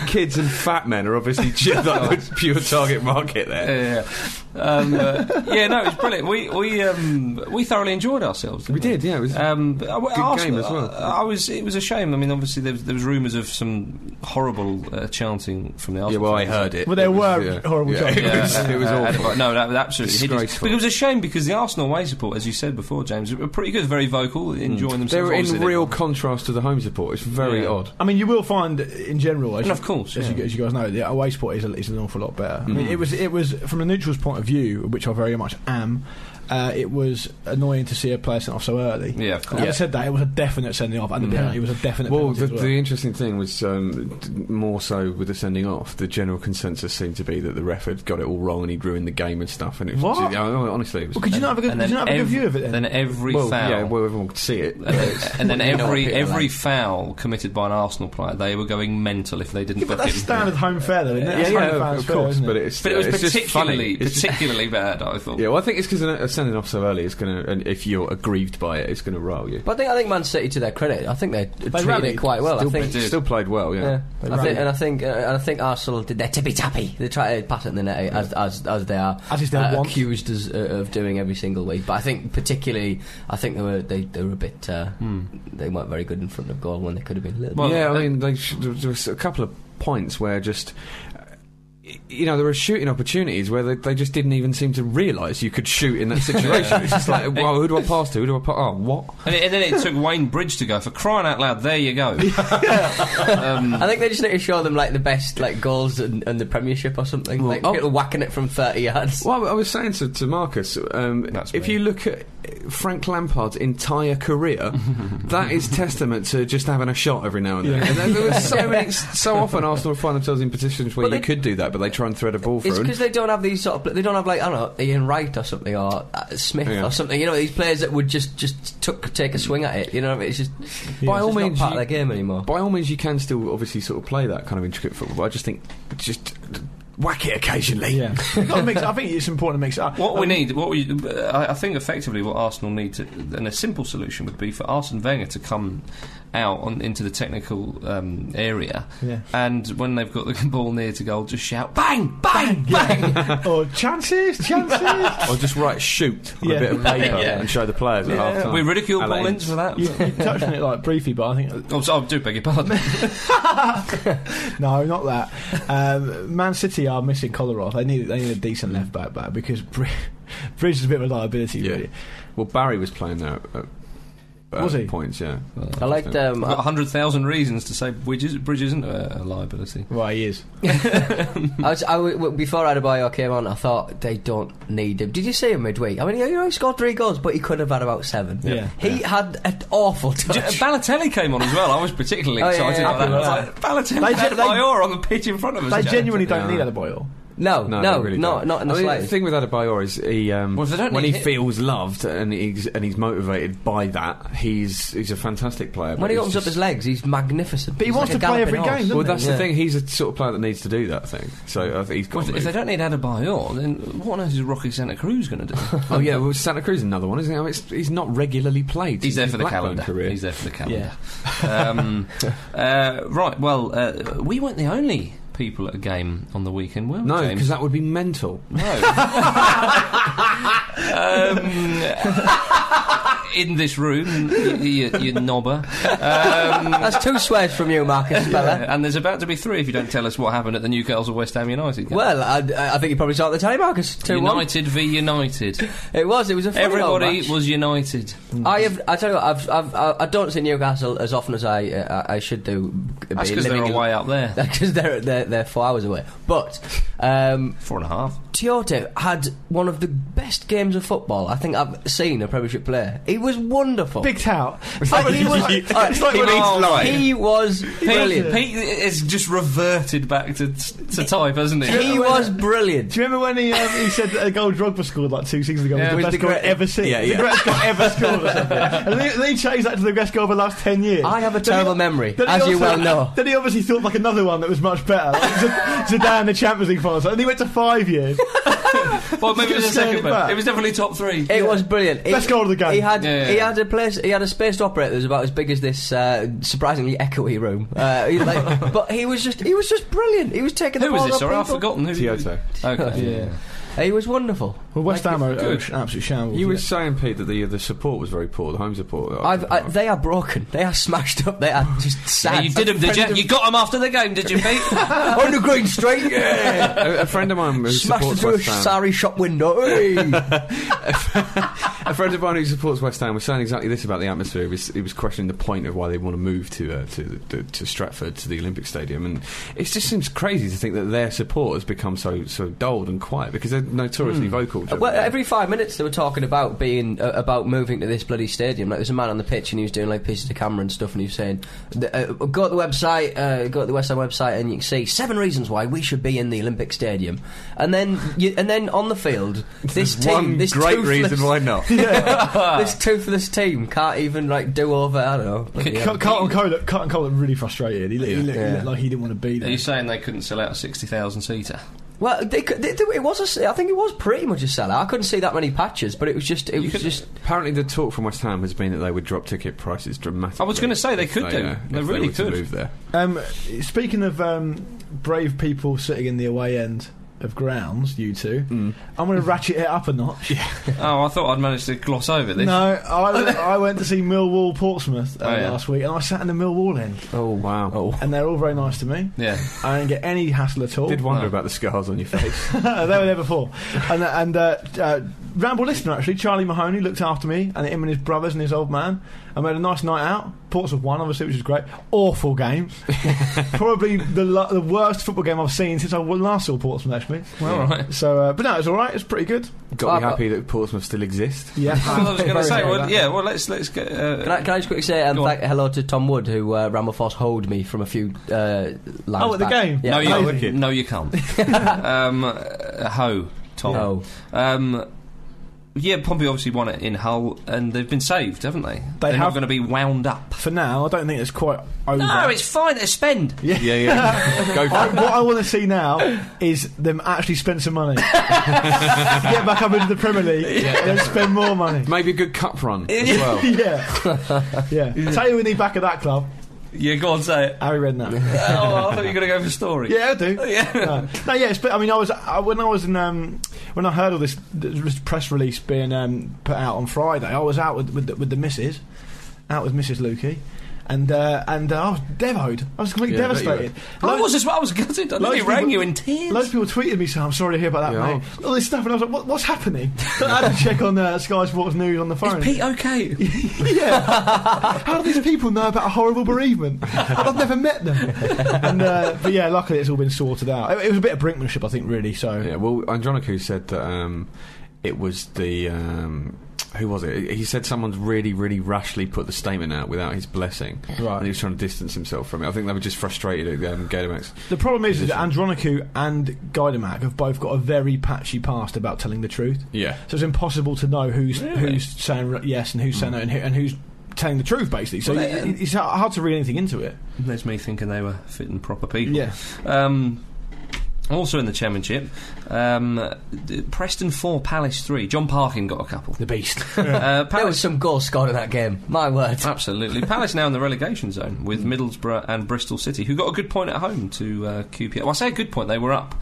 Speaker 5: Kids and fat men are obviously ju- like the pure target market there.
Speaker 1: yeah, yeah. Um, uh, yeah, no, it was brilliant. We we um, we thoroughly enjoyed ourselves. didn't
Speaker 5: We did, yeah. It was,
Speaker 1: Um, but I,
Speaker 5: Good
Speaker 1: Arsenal-
Speaker 5: game as well.
Speaker 1: I, I was. It was a shame. I mean, obviously there was, there was rumours of some horrible uh, chanting from the
Speaker 5: yeah,
Speaker 1: Arsenal.
Speaker 5: well, I
Speaker 1: fans.
Speaker 5: heard it.
Speaker 3: Well, there
Speaker 5: It was,
Speaker 3: were
Speaker 5: yeah.
Speaker 3: horrible
Speaker 5: Yeah, it
Speaker 1: Yeah,
Speaker 5: was-
Speaker 1: uh,
Speaker 5: It was
Speaker 1: uh,
Speaker 5: awful.
Speaker 1: uh, No, that was absolutely hideous.
Speaker 5: Disgraceful.
Speaker 1: But it was a shame because the Arsenal away support, as you said before, James, were pretty good, very vocal, enjoying themselves.
Speaker 5: Mm. They were
Speaker 1: Obviously,
Speaker 5: in real contrast to the home support. It's very
Speaker 1: Yeah.
Speaker 5: odd.
Speaker 3: I mean, you will find in general,
Speaker 1: And
Speaker 3: as you-
Speaker 1: of course,
Speaker 3: as,
Speaker 1: yeah.
Speaker 3: you, as you guys know, the away sport is, a, is an awful lot better. I mean,
Speaker 1: Mm.
Speaker 3: it was it was from a neutral's point of view, which I very much am. Uh, it was annoying to see a player sent off so early.
Speaker 1: Yeah, of course. Mm.
Speaker 3: Having said that, it was a definite sending off, and the penalty was a definite.
Speaker 5: Well,
Speaker 3: penalty
Speaker 5: the,
Speaker 3: as well.
Speaker 5: the interesting thing was um, d- more so with the sending off. The general consensus seemed to be that the ref had got it all wrong and he'd ruined the game and stuff. And it was
Speaker 3: What?
Speaker 5: yeah, hon- honestly, it was.
Speaker 3: well, could you not have a good,
Speaker 1: And
Speaker 3: could
Speaker 1: then
Speaker 3: you not have a good
Speaker 1: every-
Speaker 3: view of it then?
Speaker 1: Then every
Speaker 5: well,
Speaker 1: foul.
Speaker 5: yeah, well, everyone could see it.
Speaker 1: and then- and then
Speaker 2: You know what
Speaker 1: every
Speaker 2: people
Speaker 1: every
Speaker 2: like.
Speaker 1: foul committed by an Arsenal player, they were going mental if they didn't
Speaker 3: yeah, but
Speaker 1: book
Speaker 3: that's
Speaker 1: it.
Speaker 3: standard home fair, though, isn't it?
Speaker 5: yeah,
Speaker 3: That's
Speaker 5: yeah,
Speaker 3: home
Speaker 5: of-
Speaker 3: fans
Speaker 5: of
Speaker 3: fair,
Speaker 5: course,
Speaker 3: isn't
Speaker 5: but it's
Speaker 1: But it was
Speaker 5: it's just funny.
Speaker 1: particularly
Speaker 5: It's just-
Speaker 1: particularly bad. I thought.
Speaker 5: Yeah, well, I think it's because of sending off so early. It's gonna, and if you're aggrieved by it, it's gonna roil you.
Speaker 2: But I think I think Man City, to their credit, I think they, treated
Speaker 3: rallied.
Speaker 2: it quite well. I
Speaker 5: Still,
Speaker 2: think.
Speaker 5: still played well. Yeah.
Speaker 2: Yeah,
Speaker 3: They
Speaker 2: I
Speaker 3: rallied.
Speaker 2: think, and I think, uh, and I think Arsenal did their tippy tappy. They tried to pass it in the net eh, as as, as they are
Speaker 3: As is their
Speaker 2: uh,
Speaker 3: want.
Speaker 2: accused as, uh, of doing every single week. But I think particularly, I think they were they, they were a bit uh, they weren't very good in front of goal when they could have been a little. bit
Speaker 1: Well,
Speaker 5: yeah,
Speaker 1: uh,
Speaker 5: I mean, they sh- there there was a couple of points where just. y- You know, there were shooting opportunities where they, they just didn't even seem to realise you could shoot in that situation. it's just like, well, who do I pass to? Who do I pass? Oh, what?
Speaker 1: And, it- and then it took Wayne Bridge to go for crying out loud. There you go. um,
Speaker 2: I think they just need to show them like the best like goals and, and the Premiership or something. like
Speaker 5: oh.
Speaker 2: people whacking it from thirty yards.
Speaker 5: Well, I was saying to, to Marcus, um,
Speaker 1: That's
Speaker 5: if
Speaker 1: me.
Speaker 5: you look at Frank Lampard's entire career, that is testament to just having a shot every now and then. And there- there was so, many, so often Arsenal find themselves in positions where
Speaker 2: But
Speaker 5: you
Speaker 2: they-
Speaker 5: could do that, but they try and thread a ball
Speaker 2: It's
Speaker 5: through.
Speaker 2: because
Speaker 5: And,
Speaker 2: they don't have these sort of. They don't have like I don't know Ian Wright or something or uh, Smith
Speaker 5: Yeah.
Speaker 2: or something. You know these players that would just just took take a swing at it. You know what I mean? It's just
Speaker 5: by
Speaker 2: it's
Speaker 5: all
Speaker 2: just
Speaker 5: means,
Speaker 2: not part
Speaker 5: you-
Speaker 2: of their game anymore.
Speaker 5: by all means, you can still obviously sort of play that kind of intricate football. But I just think just whack it occasionally.
Speaker 3: Yeah, Gotta mix it- I think it's important to mix it up.
Speaker 1: what we
Speaker 3: Um,
Speaker 1: need, what we, uh, I I think, effectively, what Arsenal need, to, and a simple solution would be for Arsene Wenger to come out on into the technical um, area,
Speaker 3: Yeah.
Speaker 1: and when they've got the ball near to goal, just shout bang, bang, bang.
Speaker 3: Oh, chances, chances.
Speaker 5: Or just write shoot on
Speaker 3: Yeah.
Speaker 5: a bit of paper
Speaker 1: Yeah.
Speaker 5: and show the players at half time.
Speaker 1: We ridicule
Speaker 5: Alex.
Speaker 1: Paul Lynch for that.
Speaker 3: you, you touched on it like briefly, but I think
Speaker 1: Oh, so, I do beg your pardon.
Speaker 3: No, not that. Um, Man City are missing Kolarov. They need they need a decent left back back because Br- Bridge is a bit of a liability.
Speaker 5: Yeah.
Speaker 3: Really.
Speaker 5: Well, Barry was playing there at, at
Speaker 3: Was he?
Speaker 5: points, yeah.
Speaker 2: I liked um,
Speaker 1: I've got 100,000 reasons to say Bridge, Bridge isn't a, a liability.
Speaker 3: Right, he is.
Speaker 2: I was, I w- w- before Adebayor came on, I thought they don't need him. Did you see him midweek? I mean, you know, he scored three goals, but he could have had about seven.
Speaker 3: Yeah.
Speaker 2: He had an awful
Speaker 1: J-
Speaker 2: touch.
Speaker 1: Balotelli came on as well. I was particularly
Speaker 2: uh, Oh, yeah,
Speaker 1: excited
Speaker 2: yeah,
Speaker 1: about
Speaker 2: yeah.
Speaker 1: that. I was like, Balotelli
Speaker 3: They
Speaker 1: had
Speaker 3: gen- they-
Speaker 1: Mayor on the pitch in front of us.
Speaker 3: They
Speaker 1: James.
Speaker 3: genuinely don't
Speaker 5: Yeah.
Speaker 3: need Adebayor.
Speaker 2: No, no, no,
Speaker 5: they really
Speaker 2: not,
Speaker 5: don't.
Speaker 2: in the
Speaker 5: I mean,
Speaker 2: slightest.
Speaker 5: thing with Adebayor is he um,
Speaker 1: Well, if they don't
Speaker 5: when
Speaker 1: need
Speaker 5: he
Speaker 1: him-
Speaker 5: feels loved and he's and he's motivated by that, he's he's a fantastic player. but
Speaker 2: when he
Speaker 5: he's
Speaker 2: opens up
Speaker 5: just-
Speaker 2: his legs, he's magnificent.
Speaker 3: But he
Speaker 2: He's
Speaker 3: wants
Speaker 2: like
Speaker 3: to
Speaker 2: a
Speaker 3: play every
Speaker 2: galloping horse.
Speaker 3: game, doesn't
Speaker 5: well,
Speaker 3: he?
Speaker 5: that's
Speaker 2: Yeah.
Speaker 5: the thing. He's a sort of player that needs to do that thing. So I think he's got.
Speaker 1: Well,
Speaker 5: to
Speaker 1: if they
Speaker 5: move.
Speaker 1: don't need Adebayor, then what on earth is Rocky Santa Cruz going to do?
Speaker 5: oh yeah, well Santa Cruz is another one, isn't he? I mean, it's, he's not regularly played.
Speaker 1: He's
Speaker 5: since
Speaker 1: there
Speaker 5: his
Speaker 1: for the
Speaker 5: Blackburn
Speaker 1: calendar.
Speaker 5: Career.
Speaker 1: He's there for the calendar. um, uh, right, well, uh, we weren't the only people at a game on the weekend, were we,
Speaker 5: no,
Speaker 1: James?
Speaker 5: because that would be mental.
Speaker 1: Um, in this room, you, you, you knobber. Um,
Speaker 2: That's two swears from you, Marcus Speller.
Speaker 1: and there's about to be three if you don't tell us what happened at the Newcastle West Ham United game.
Speaker 2: Well, I, I think you probably saw it at the time, Marcus. 2 1.
Speaker 1: United v United.
Speaker 2: It was, it was a funny old
Speaker 1: Everybody
Speaker 2: match.
Speaker 1: was united.
Speaker 2: I have. I tell you, what, I've, I've, I I don't see Newcastle as often as I uh, I I should do.
Speaker 1: That's because they're away up there.
Speaker 2: Because they're, they're they're four hours away. But um,
Speaker 1: Four and a half.
Speaker 2: Tiote had one of the best games of football I think I've seen a Premiership player. He was wonderful.
Speaker 3: Big tout.
Speaker 2: Uh, he was, uh,
Speaker 1: He when he's was- lying.
Speaker 2: he was brilliant.
Speaker 1: Pete has just reverted back to, to type, hasn't he?
Speaker 2: He was brilliant.
Speaker 3: Do you remember when he um, he said that a goal Drogba scored like two seasons ago?
Speaker 1: Yeah,
Speaker 3: was
Speaker 1: it
Speaker 3: the
Speaker 1: was
Speaker 3: best
Speaker 2: the
Speaker 3: goal
Speaker 2: great-
Speaker 3: ever seen.
Speaker 5: Yeah, yeah.
Speaker 3: The greatest goal ever scored or something. And they, they changed that to the best goal of the last ten years.
Speaker 2: I have a
Speaker 3: Then he-
Speaker 2: terrible memory,
Speaker 3: then he
Speaker 2: as you
Speaker 3: also-
Speaker 2: well know.
Speaker 3: Then he obviously thought like another one that was much better. Like Z- Zidane, the Champions League final. And he went to five years.
Speaker 1: well, maybe it was the
Speaker 3: Just saying
Speaker 1: second
Speaker 3: it
Speaker 1: one.
Speaker 3: back.
Speaker 1: It was definitely top three.
Speaker 2: It was brilliant. He-
Speaker 3: Best goal of the game.
Speaker 2: He had
Speaker 1: Yeah, yeah,
Speaker 2: he
Speaker 1: yeah.
Speaker 2: had a place. He had a space to operate that was about as big as this uh, surprisingly echoey room. Uh, he, like, but he was just he was just brilliant. He was taking the
Speaker 1: Who was
Speaker 2: ball
Speaker 1: it?
Speaker 2: off
Speaker 1: Sorry, I've
Speaker 2: people.
Speaker 1: forgotten. Who?
Speaker 5: Kyoto.
Speaker 1: Okay.
Speaker 3: yeah.
Speaker 2: He was wonderful.
Speaker 3: Well, West Ham are are
Speaker 1: good.
Speaker 3: an absolute shambles.
Speaker 5: You were
Speaker 3: yeah.
Speaker 5: saying, Pete, that the the support was very poor. The home support.
Speaker 2: I've, I, they are broken. They are smashed up. They are just
Speaker 1: Yeah,
Speaker 2: sad.
Speaker 1: you did him, did you? You got him after the game, did you, Pete?
Speaker 2: on the green street. Yeah.
Speaker 5: a, a friend of mine who
Speaker 2: Smashed
Speaker 5: supports
Speaker 2: through a
Speaker 5: West Ham.
Speaker 2: sari shop window. Hey.
Speaker 5: A friend of mine who supports West Ham was saying exactly this about the atmosphere. He was, he was questioning the point of why they want to move to, uh, to to to Stratford to the Olympic Stadium, and it just seems crazy to think that their support has become so so dulled and quiet because they're notoriously vocal.
Speaker 2: Uh, Well, every five minutes they were talking about being uh, about moving to this bloody stadium. Like, there's a man on the pitch and he was doing like pieces to camera and stuff, and he was saying, th- uh, "Go to the website, uh, go to the West Ham website, and you can see seven reasons why we should be in the Olympic Stadium." And then, you, and then on the field, this team,
Speaker 5: one
Speaker 2: this
Speaker 5: great
Speaker 2: toothless,
Speaker 5: reason why not.
Speaker 2: this toothless team can't even like do over. I don't know. bloody hell.
Speaker 3: Car- Carlton Cole, looked, Carlton Cole looked really frustrated. He looked, he looked, he looked like he didn't want to be
Speaker 1: Are
Speaker 3: there.
Speaker 1: you saying they couldn't sell out a 60,000 seater?
Speaker 2: Well, they, could- they, they, it was. A, s- I think it was pretty much a sellout. I couldn't see that many patches, but it was just. It was just.
Speaker 5: Apparently, the talk from West Ham has been that they would drop ticket prices dramatically.
Speaker 1: I was gonna say they
Speaker 5: if
Speaker 1: could do.
Speaker 5: uh,
Speaker 1: They
Speaker 5: if
Speaker 1: really
Speaker 5: were to
Speaker 1: could.
Speaker 5: move there.
Speaker 3: Um, speaking of um, brave people sitting in the away end of grounds, you two,
Speaker 1: Hmm.
Speaker 3: I'm going to ratchet it up a notch.
Speaker 1: oh, I thought I'd managed to gloss over this.
Speaker 3: No, I, I went to see Millwall Portsmouth uh,
Speaker 1: Oh, yeah.
Speaker 3: last week, and I sat in the Millwall end,
Speaker 2: Oh
Speaker 5: Wow.
Speaker 3: and they're all very nice to me.
Speaker 1: Yeah.
Speaker 3: I didn't get any hassle at all.
Speaker 5: Did wonder
Speaker 1: No.
Speaker 5: about the scars on your face.
Speaker 3: they were there before, and uh, and uh, uh, ramble listener actually, Charlie Mahoney looked after me, and him and his brothers and his old man, and we had a nice night out. Portsmouth won, obviously, which was great. Awful game, probably the lo- the worst football game I've seen since I last saw Portsmouth actually.
Speaker 1: Well, all right.
Speaker 3: So, uh, but no, it was all right. It's pretty good.
Speaker 5: Got me
Speaker 2: Ah, but-
Speaker 5: happy that Portsmouth still exist.
Speaker 3: Yeah,
Speaker 1: I was going to
Speaker 3: Very
Speaker 1: say,
Speaker 3: happy
Speaker 1: well,
Speaker 3: about
Speaker 1: yeah, well, let's let's get. Uh,
Speaker 2: Can I, can I just quickly say um,
Speaker 1: Go on.
Speaker 2: thank, hello to Tom Wood, who uh, Ramble Foss holed me from a few uh, lines
Speaker 3: Oh, at the
Speaker 2: back.
Speaker 3: game?
Speaker 2: Yeah.
Speaker 1: no, you
Speaker 3: Oh,
Speaker 1: can't.
Speaker 3: wicked.
Speaker 1: no, you can't. um, uh, ho, Tom.
Speaker 2: Oh.
Speaker 1: Um, yeah, Pompey obviously won it in Hull, and they've been saved, haven't they? They're not
Speaker 3: have.
Speaker 1: going to be wound up.
Speaker 3: For now, I don't think it's quite over.
Speaker 1: No, it's fine. They spend.
Speaker 3: yeah.
Speaker 5: Yeah, yeah. Go
Speaker 3: I,
Speaker 5: for it.
Speaker 3: what I want to see now is them actually spend some money, get back up into the Premier League, and then spend more money.
Speaker 5: Maybe a good cup run as well.
Speaker 3: yeah, yeah. Tell you who we need back at that club,
Speaker 1: Yeah, go on, say it.
Speaker 3: Harry Redknapp.
Speaker 1: oh, I thought you were going to go for story.
Speaker 3: yeah, I do.
Speaker 1: Yeah.
Speaker 3: No, no yeah, it's, but I mean, I was I, when I was in um, when I heard all this, this press release being um, put out on Friday. I was out with with the, with the missus, out with Mrs. Lukey, and uh, and uh, I was devoed. I was completely
Speaker 5: Yeah, I bet you
Speaker 3: devastated.
Speaker 1: I
Speaker 3: Loads-
Speaker 1: was as well. I was gutted. I
Speaker 3: Loads
Speaker 1: nearly
Speaker 3: of
Speaker 1: rang
Speaker 3: people-
Speaker 1: you in tears.
Speaker 3: Loads of people tweeted me, so I'm sorry to hear about that,
Speaker 5: Yeah.
Speaker 3: mate. All this stuff, and I was like, what, what's happening? So I had to check on uh, Sky Sports News on the phone.
Speaker 1: Is Pete okay?
Speaker 3: yeah. How do these people know about a horrible bereavement? I've never met them. And, uh, but yeah, luckily it's all been sorted out. It, it was a bit of brinkmanship, I think, really. So
Speaker 5: Yeah, well, Andronico said that um, it was the. Um, who was it? He said someone's really, really rashly put the statement out without his blessing.
Speaker 3: Right.
Speaker 5: And he was trying to distance himself from it. I think they were just frustrated at um, Gatormax.
Speaker 3: the problem is, is that Andronicu and Guidamac have both got a very patchy past about telling the truth.
Speaker 5: Yeah.
Speaker 3: So it's imimpossible to know who's who's saying r- yes and who's saying
Speaker 5: Hmm.
Speaker 3: no and, who, and who's telling the truth, basically. So
Speaker 1: Well,
Speaker 3: it-
Speaker 1: and-
Speaker 3: it's h- hard to read anything into it.
Speaker 1: There's me thinking they were fit and proper people.
Speaker 3: Yeah.
Speaker 1: Um, also in the championship, um, d- Preston four, Palace three. John Parkin got a couple.
Speaker 3: The beast.
Speaker 1: Uh,
Speaker 2: There was
Speaker 1: Palace,
Speaker 2: some goals scored in that game. My word.
Speaker 1: absolutely. Palace now in the relegation zone with
Speaker 3: Mm.
Speaker 1: Middlesbrough and Bristol City, who got a good point at home to uh, QPR. Well, I say a good point; they were up.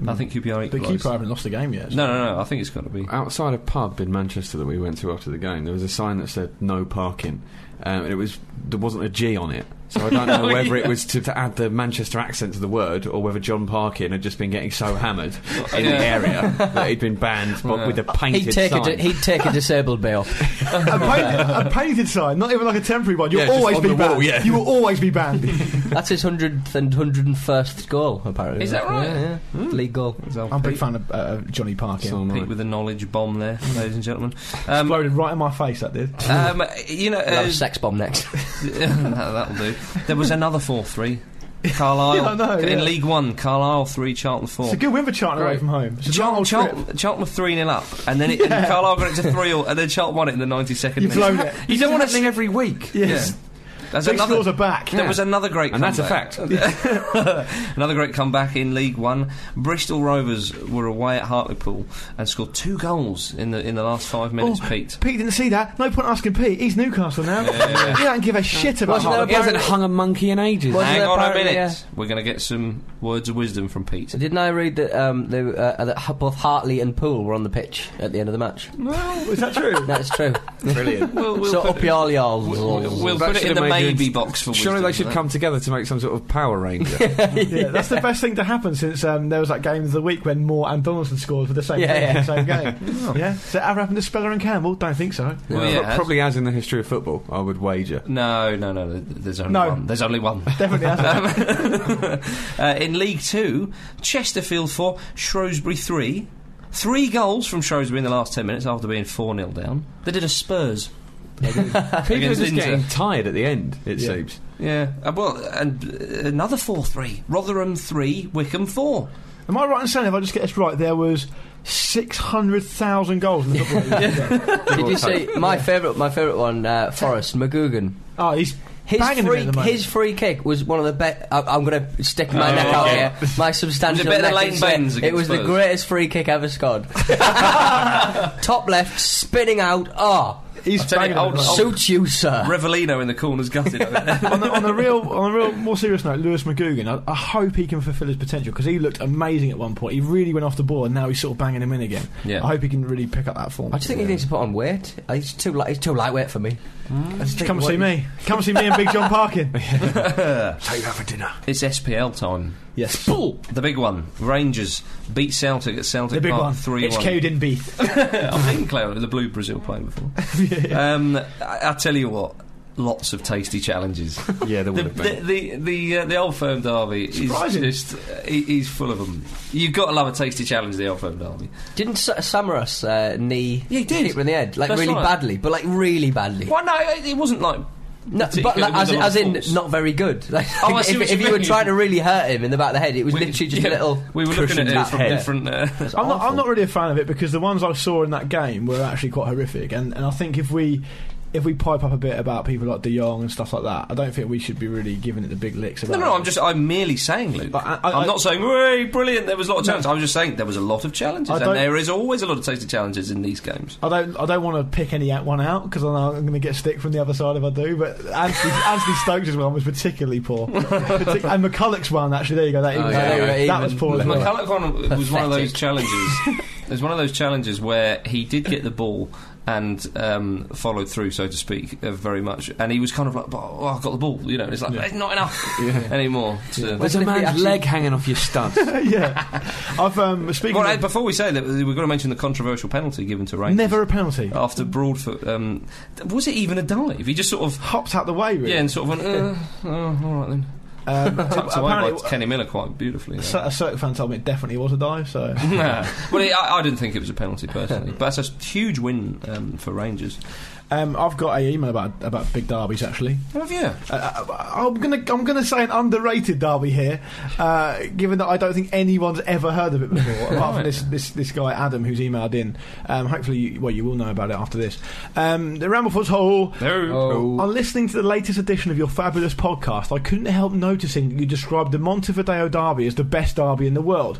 Speaker 3: Mm.
Speaker 1: I think QPR
Speaker 3: The
Speaker 1: equalised.
Speaker 3: keeper haven't lost the game yet.
Speaker 1: No, no, no. I think it's got to be.
Speaker 5: Outside a pub in Manchester that we went to after the game, there was a sign that said no parking. Um, and it was there wasn't a G on it, so I don't know
Speaker 1: Oh,
Speaker 5: whether
Speaker 1: yeah.
Speaker 5: it was to, to add the Manchester accent to the word, or whether John Parkin had just been getting so hammered in
Speaker 1: Yeah.
Speaker 5: the area that he'd been banned, but with a painted
Speaker 2: He'd take, a
Speaker 5: sign.
Speaker 2: di- he'd take a disabled bail.
Speaker 3: a, painted, a painted sign, not even like a temporary one. You'll
Speaker 5: Yeah, just
Speaker 3: always
Speaker 5: on
Speaker 3: be
Speaker 5: the
Speaker 3: banned.
Speaker 5: wall, yeah.
Speaker 3: You will always be banned.
Speaker 2: That's his 100th and 101st goal, apparently.
Speaker 1: Is that right?
Speaker 2: Yeah, yeah.
Speaker 3: Hmm.
Speaker 2: League goal.
Speaker 1: Result,
Speaker 3: I'm a big
Speaker 1: Pete.
Speaker 3: fan of uh, Johnny Parkin.
Speaker 5: So am I.
Speaker 1: Pete with a knowledge bomb there, ladies and gentlemen. Um,
Speaker 3: Exploded right in my face, that did.
Speaker 1: um, you know,
Speaker 2: We'll have
Speaker 1: uh,
Speaker 2: a sex bomb next.
Speaker 1: No, that'll do. There was another 4 3. Carlisle.
Speaker 3: Yeah, I know,
Speaker 1: in
Speaker 3: yeah.
Speaker 1: League One, Carlisle 3, Charlton 4.
Speaker 3: It's a good win for Charlton away
Speaker 5: Great.
Speaker 3: from home. It's a
Speaker 1: Charlton,
Speaker 3: long
Speaker 1: Charlton,
Speaker 3: trip.
Speaker 1: Charlton were 3 0 up, and then it, and Carlisle got it to 3 0, and then Charlton won it in the 92nd
Speaker 3: You've
Speaker 1: minute.
Speaker 3: blown it.
Speaker 1: You don't want to see every.
Speaker 5: every week.
Speaker 3: Yes.
Speaker 1: There's
Speaker 3: Big
Speaker 1: another,
Speaker 3: scores are back.
Speaker 1: There was another great
Speaker 5: And that's a
Speaker 1: comeback. fact. another great comeback in League One. Bristol Rovers were away at Hartlepool and scored two goals in the in the last five minutes, Pete.
Speaker 3: Pete didn't see that. No point asking Pete. He's Newcastle now. He don't give a shit about
Speaker 2: Wasn't there
Speaker 3: Hartlepool.
Speaker 5: He hasn't hung a monkey in ages.
Speaker 2: Wasn't
Speaker 1: Hang
Speaker 2: there
Speaker 1: on a
Speaker 2: apparently,
Speaker 1: minute.
Speaker 2: uh,
Speaker 1: We're going to get some words of wisdom from Pete.
Speaker 2: Didn't I read that, um, they, uh, that h- both Hartley and Poole were on the pitch at the end of the match?
Speaker 3: Well, is that true?
Speaker 2: That's true.
Speaker 5: Brilliant.
Speaker 1: We'll, we'll
Speaker 2: so
Speaker 1: put
Speaker 2: up your y'all.
Speaker 1: We'll, we'll put it in the maybe box for wisdom,
Speaker 5: Surely they should
Speaker 1: right?
Speaker 5: come together to make some sort of Power Ranger.
Speaker 3: yeah, that's the best thing to happen since um, there was that game of the week when Moore and Donaldson scored for the same,
Speaker 2: Yeah,
Speaker 3: thing,
Speaker 2: yeah.
Speaker 3: same game. yeah. Does that ever happen to Speller and Campbell? Don't think so.
Speaker 1: Well,
Speaker 5: Pro-
Speaker 1: yeah, it has.
Speaker 5: Probably as in the history of football, I would wager.
Speaker 1: No, no, no. th- There's only
Speaker 3: No.
Speaker 1: one. There's only one.
Speaker 3: Definitely hasn't.
Speaker 1: uh, in League Two, Chesterfield four, Shrewsbury three. Three goals from Shrewsbury in the last ten minutes after being four 0 down. They did a Spurs.
Speaker 5: People are
Speaker 1: Against
Speaker 5: just
Speaker 1: Inter.
Speaker 5: getting tired at the end, it
Speaker 3: Yeah.
Speaker 5: seems.
Speaker 1: Yeah. Uh, well, and uh, another four three. Rotherham three, Wickham four.
Speaker 3: Am I right in saying if I just get this right, there was six hundred thousand goals in the football league?
Speaker 2: Did you see my favourite? My favourite one, uh, Forrest McGugan.
Speaker 3: Oh, he's
Speaker 2: His
Speaker 3: banging him at
Speaker 2: free,
Speaker 3: the moment.
Speaker 2: his free kick was one of the best. I'm going to stick my
Speaker 1: Oh,
Speaker 2: neck out
Speaker 1: okay.
Speaker 2: here. My substantial
Speaker 1: better than
Speaker 2: neck
Speaker 1: Leighton
Speaker 2: and say
Speaker 1: Baines
Speaker 2: It
Speaker 1: against
Speaker 2: was the
Speaker 1: Spurs?
Speaker 2: greatest free kick ever scored. Top left, spinning out. Ah,
Speaker 3: He's
Speaker 1: I'll tell you,
Speaker 3: banging at the
Speaker 1: I'll-
Speaker 3: moment.
Speaker 1: Oh.
Speaker 2: suits you, sir.
Speaker 1: Revelino in the corner's gutted. I think.
Speaker 3: on, a, on a real, on a real, more serious note, Lewis McGugan. I, I hope he can fulfil his potential because he looked amazing at one point. He really went off the ball, and now he's sort of banging him in again.
Speaker 1: Yeah.
Speaker 3: I hope he can really pick up that form.
Speaker 2: I just think he needs to put on weight. He's too light. He's too lightweight for me.
Speaker 1: Mm.
Speaker 2: I just think
Speaker 3: Come and
Speaker 2: what
Speaker 3: see
Speaker 2: he-
Speaker 3: me. Come and see me and Big John Parkin.
Speaker 4: Take that for dinner.
Speaker 1: it's SPL time.
Speaker 3: yes,
Speaker 1: The big one. Rangers beat Celtic at Celtic
Speaker 3: the big
Speaker 1: Park
Speaker 3: one.
Speaker 1: 3
Speaker 3: It's
Speaker 1: 1.
Speaker 3: Coden Beath.
Speaker 1: I think Claire, the blue Brazil playing before. Um, I, I tell you what, lots of tasty challenges.
Speaker 4: Yeah, there
Speaker 1: The
Speaker 4: would have
Speaker 1: the
Speaker 4: been.
Speaker 1: the the, uh, the old firm derby is
Speaker 3: Surprising.
Speaker 1: just uh, he- he's full of them. You've got to love a tasty challenge. The old firm derby.
Speaker 2: Didn't Sa- Samaras uh, knee?
Speaker 1: Yeah, he did.
Speaker 2: Keeper in the head, like
Speaker 1: That's
Speaker 2: really
Speaker 1: right.
Speaker 2: badly, but like really badly.
Speaker 1: Well, no, it, it wasn't like
Speaker 2: No, but
Speaker 1: particular-
Speaker 2: like,
Speaker 1: there was
Speaker 2: as,
Speaker 1: a lot
Speaker 2: as
Speaker 1: of
Speaker 2: in
Speaker 1: force.
Speaker 2: not very good. Like,
Speaker 1: Oh, I see
Speaker 2: if
Speaker 1: what you
Speaker 2: if you were
Speaker 1: mean.
Speaker 2: trying to really hurt him in the back of the head, it was
Speaker 1: We-
Speaker 2: literally just
Speaker 1: yeah,
Speaker 2: a little.
Speaker 1: We were looking
Speaker 2: cushion
Speaker 1: at it
Speaker 2: tap
Speaker 1: from
Speaker 2: head.
Speaker 1: different. Uh,
Speaker 3: I'm not, I'm not really a fan of it because the ones I saw in that game were actually quite horrific, and, and I think if we if we pipe up a bit about people like De Jong and stuff like that, I don't think we should be really giving it the big licks.
Speaker 1: no,
Speaker 3: About
Speaker 1: no,
Speaker 3: it.
Speaker 1: I'm just. I'm merely saying, Luke.
Speaker 3: But
Speaker 1: I,
Speaker 3: I- I-
Speaker 1: am
Speaker 3: I-
Speaker 1: not saying, "Hey, brilliant!" There was a lot of challenges. I was just saying there was a lot of challenges,
Speaker 3: I
Speaker 1: and
Speaker 3: don't-
Speaker 1: there is always a lot of tasty challenges in these games.
Speaker 3: I don't. I don't want to pick any out- one out because I know I'm going to get stick from the other side if I do. But Anthony, Anthony Stokes' one was particularly poor, Partic- and McCulloch's one actually. There you go. That,
Speaker 2: Oh,
Speaker 3: was,
Speaker 2: yeah,
Speaker 3: that,
Speaker 2: yeah.
Speaker 3: was
Speaker 2: Even.
Speaker 3: poor as well.
Speaker 1: McCulloch one was one of those
Speaker 2: Pathetic.
Speaker 1: challenges. it was one of those challenges where he did get the ball and um, followed through, so to speak, uh, very much. And he was kind of like, "Oh, I've got the ball," you know. And it's like it's not enough anymore. To,
Speaker 4: There's
Speaker 2: What
Speaker 4: a
Speaker 2: if it
Speaker 4: man's
Speaker 2: actually-
Speaker 4: leg hanging off your studs.
Speaker 3: yeah, I've um, speaking.
Speaker 1: Well,
Speaker 3: of,
Speaker 1: before we say that, we've got to mention the controversial penalty given to Rangers
Speaker 3: never a penalty.
Speaker 2: Oh.
Speaker 1: after Broadfoot. Um, th- was it even a dive? He just sort of
Speaker 3: Hopped out the way. Really.
Speaker 1: yeah, and sort of went. Uh, oh, all right then.
Speaker 3: Um,
Speaker 1: Tucked away by
Speaker 3: apparently,
Speaker 1: Kenny Miller quite beautifully.
Speaker 3: a
Speaker 1: there.
Speaker 3: Cir- a circuit fan told me it definitely was a dive. So
Speaker 1: Nah. well, it, I, I didn't think it was a penalty personally, but that's a huge win um, for Rangers.
Speaker 3: um, I've got a email about about big derbies actually.
Speaker 1: Have you?
Speaker 3: Uh, I- I'm gonna I'm gonna say an underrated derby here, uh, given that I don't think anyone's ever heard of it before, apart from this, this this guy Adam who's emailed in. Um, hopefully, you, well, you will know about it after this. Um, the Ramblefoots Hall. On listening to the latest edition of your fabulous podcast, I couldn't help noticing that you described the Montevideo Derby as the best derby in the world.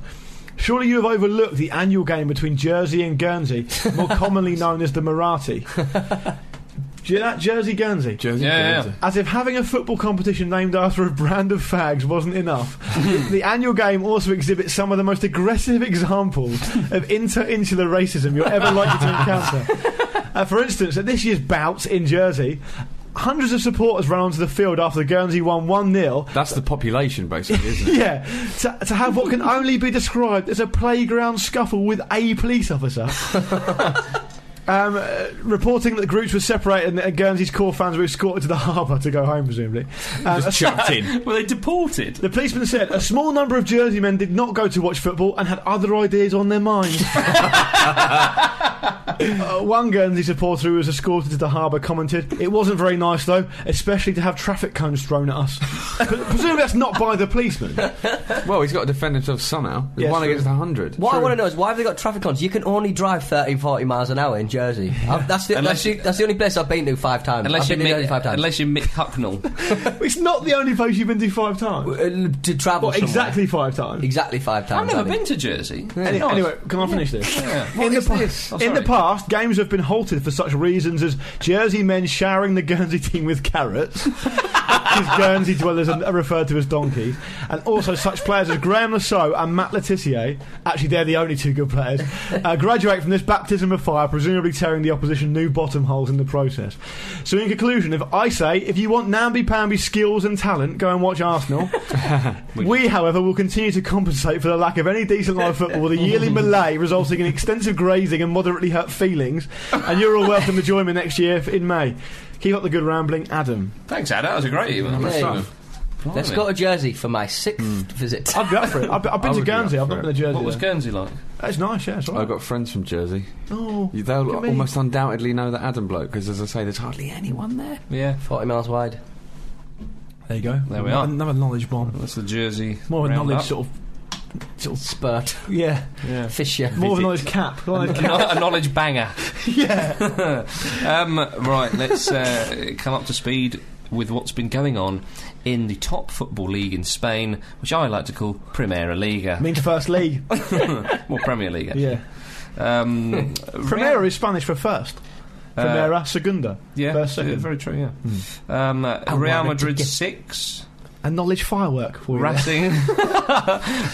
Speaker 3: Surely you have overlooked the annual game between Jersey and Guernsey, more commonly known as the Marathi. Do you know that Jersey Guernsey?
Speaker 4: Jersey,
Speaker 1: Yeah,
Speaker 4: Guernsey.
Speaker 3: As if having a football competition named after a brand of fags wasn't enough, the annual game also exhibits some of the most aggressive examples of inter-insular racism you're ever likely to encounter. Uh, for instance, at this year's bout in Jersey, hundreds of supporters ran onto the field after Guernsey won 1 0
Speaker 4: That's the population, basically, isn't it?
Speaker 3: yeah, to, to have what can only be described as a playground scuffle with a police officer. Um, uh, reporting that the groups were separated and that Guernsey's core fans were escorted to the harbour to go home, presumably. Um, a-
Speaker 4: Just chucked in.
Speaker 1: Were they deported?
Speaker 3: the policeman said a small number of Jerseymen did not go to watch football and had other ideas on their minds. Uh, one Guernsey supporter who was escorted to the harbour commented, "It wasn't very nice though, especially to have traffic cones thrown at us." Presumably that's not by the policeman.
Speaker 4: Well, he's got to defend himself somehow. There's
Speaker 3: Yeah,
Speaker 4: one
Speaker 3: true.
Speaker 4: against a hundred.
Speaker 2: What I want to know is why have they got traffic cones? You can only drive 30, 40 miles an hour in Jersey. I've- That's the,
Speaker 1: Unless
Speaker 2: that's, the,
Speaker 1: you-
Speaker 2: that's the only place I've been to five times.
Speaker 1: Unless
Speaker 2: I've
Speaker 1: you
Speaker 2: been to Jersey
Speaker 1: Mick,
Speaker 2: five times.
Speaker 1: unless you Mick Hucknall.
Speaker 3: It's not the only place you've been to five times.
Speaker 2: Uh, to travel
Speaker 3: Well,
Speaker 2: somewhere.
Speaker 3: exactly five times.
Speaker 2: exactly five times.
Speaker 1: I've never
Speaker 2: Andy.
Speaker 1: been to Jersey.
Speaker 3: Any-
Speaker 1: Nice.
Speaker 3: Anyway, can I finish this?
Speaker 1: Yeah.
Speaker 3: in, the pa-
Speaker 1: Oh,
Speaker 3: in
Speaker 1: sorry.
Speaker 3: the past, games have been halted for such reasons as Jersey men showering the Guernsey team with carrots, because Guernsey dwellers are referred to as donkeys, and also such players as Graham Lasso and Matt Letitia. Actually, they're the only two good players. Uh, graduate from this baptism of fire, presumably tearing the opposition new bottom holes in the process. So, in conclusion, if I say if you want namby pamby skills and talent, go and watch Arsenal. We, however, will continue to compensate for the lack of any decent live football with a yearly melee resulting in extensive grazing and moderately hurt feelings. And you're all welcome to join me next year f- in May. Keep up the good rambling, Adam.
Speaker 1: Thanks, Ad. That was a great email.
Speaker 2: There you go.
Speaker 1: Blimey.
Speaker 2: Let's go to Jersey for my sixth
Speaker 1: Hmm.
Speaker 2: visit.
Speaker 3: I'd be up for it. I've, I've been
Speaker 4: I
Speaker 3: to
Speaker 4: would be up
Speaker 3: Guernsey. I've
Speaker 4: for
Speaker 3: not
Speaker 4: it.
Speaker 3: been to Jersey.
Speaker 1: What was
Speaker 3: though.
Speaker 1: Guernsey like?
Speaker 3: It's nice, yeah. It's all right.
Speaker 4: I've got friends from Jersey.
Speaker 3: Oh,
Speaker 4: You-
Speaker 3: look
Speaker 4: They'll
Speaker 3: at me.
Speaker 4: almost undoubtedly know that Adam bloke, because as I say, there's hardly anyone there.
Speaker 1: Yeah,
Speaker 2: 40 miles wide.
Speaker 3: There you go.
Speaker 1: There we are.
Speaker 3: Another knowledge bomb.
Speaker 1: that's the Jersey.
Speaker 3: More of a
Speaker 1: roundup.
Speaker 3: knowledge sort of, sort
Speaker 2: Spurt.
Speaker 3: of yeah.
Speaker 1: Yeah.
Speaker 2: Fisher.
Speaker 3: More of a knowledge cap. Knowledge
Speaker 1: a
Speaker 3: cap.
Speaker 1: kno- a knowledge banger. yeah. um, right, let's uh, come up to speed with what's been going on in the top football league in Spain, which I like to call Primera Liga.
Speaker 3: means first league.
Speaker 1: Well, Premier League, actually.
Speaker 3: yeah.
Speaker 1: Um,
Speaker 3: Primera is Spanish for first.
Speaker 1: Uh,
Speaker 3: Primera, Segunda.
Speaker 1: yeah,
Speaker 3: First,
Speaker 1: yeah,
Speaker 3: second.
Speaker 1: very true, yeah. Um, uh,
Speaker 2: I
Speaker 1: Real
Speaker 2: wanted to
Speaker 1: Madrid
Speaker 2: get-
Speaker 1: 6,
Speaker 3: And knowledge firework for you.
Speaker 1: Racing,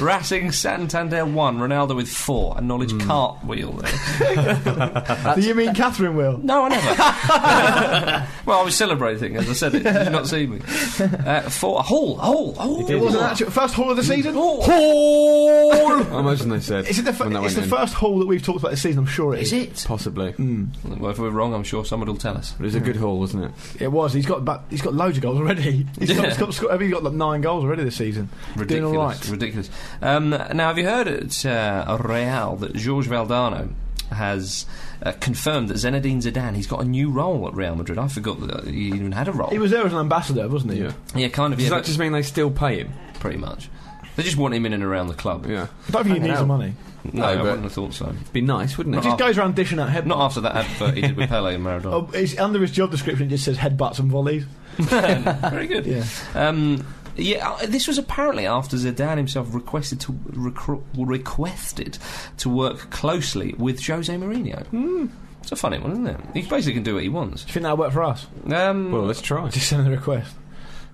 Speaker 1: Racing Santander 1, Ronaldo with 4, a knowledge cartwheel there.
Speaker 3: Do you mean Catherine will?
Speaker 1: No, I never. well, I was celebrating as I said it. You did not see me. Uh, four, a hole, hole, hole.
Speaker 3: It wasn't actually first haul of the season.
Speaker 1: Hall.
Speaker 5: I imagine they said.
Speaker 3: Is it the, fir-
Speaker 5: when that
Speaker 3: it's
Speaker 5: went
Speaker 3: the
Speaker 5: in.
Speaker 3: first haul that we've talked about this season? I'm sure it is.
Speaker 2: Is it?
Speaker 5: Possibly.
Speaker 1: Well, if we're wrong, I'm sure someone will tell us.
Speaker 5: It was a good haul, wasn't it?
Speaker 3: It was. He's got about, he's got loads of goals already. He's got,
Speaker 1: Yeah.
Speaker 3: he's got, sco- I mean, he's got like nine goals already this season.
Speaker 1: Ridiculous,
Speaker 3: Doing all right.
Speaker 1: ridiculous. Um, now, have you heard at uh, Real that George Valdano has uh, confirmed that Zinedine Zidane he's got a new role at Real Madrid? I forgot that he even had a role.
Speaker 3: He was there as an ambassador, wasn't he?
Speaker 5: Yeah.
Speaker 1: yeah, kind of.
Speaker 5: Does
Speaker 1: Yeah,
Speaker 5: that
Speaker 1: but
Speaker 5: just mean they still pay him?
Speaker 1: pretty much. They just want him in and around the club.
Speaker 5: Yeah.
Speaker 3: I don't think he needs the money.
Speaker 1: No,
Speaker 5: No,
Speaker 1: I
Speaker 5: but-
Speaker 1: wouldn't have thought so.
Speaker 5: Be nice, wouldn't
Speaker 3: He
Speaker 5: it?
Speaker 3: just goes around dishing out headbutts.
Speaker 1: Not after that advert he did with Pele and Maradona.
Speaker 3: Oh, it's under his job description. It just says headbutts and volleys.
Speaker 1: Very good.
Speaker 3: Oh. Yeah.
Speaker 1: Um, yeah, uh, this was apparently after Zidane himself requested to recru- requested to work closely with Jose Mourinho.
Speaker 3: Hmm.
Speaker 1: It's a funny one, isn't it? He basically can do what he wants.
Speaker 3: Do you think that'll work for us?
Speaker 1: Um,
Speaker 5: well, let's try.
Speaker 3: Just send a request.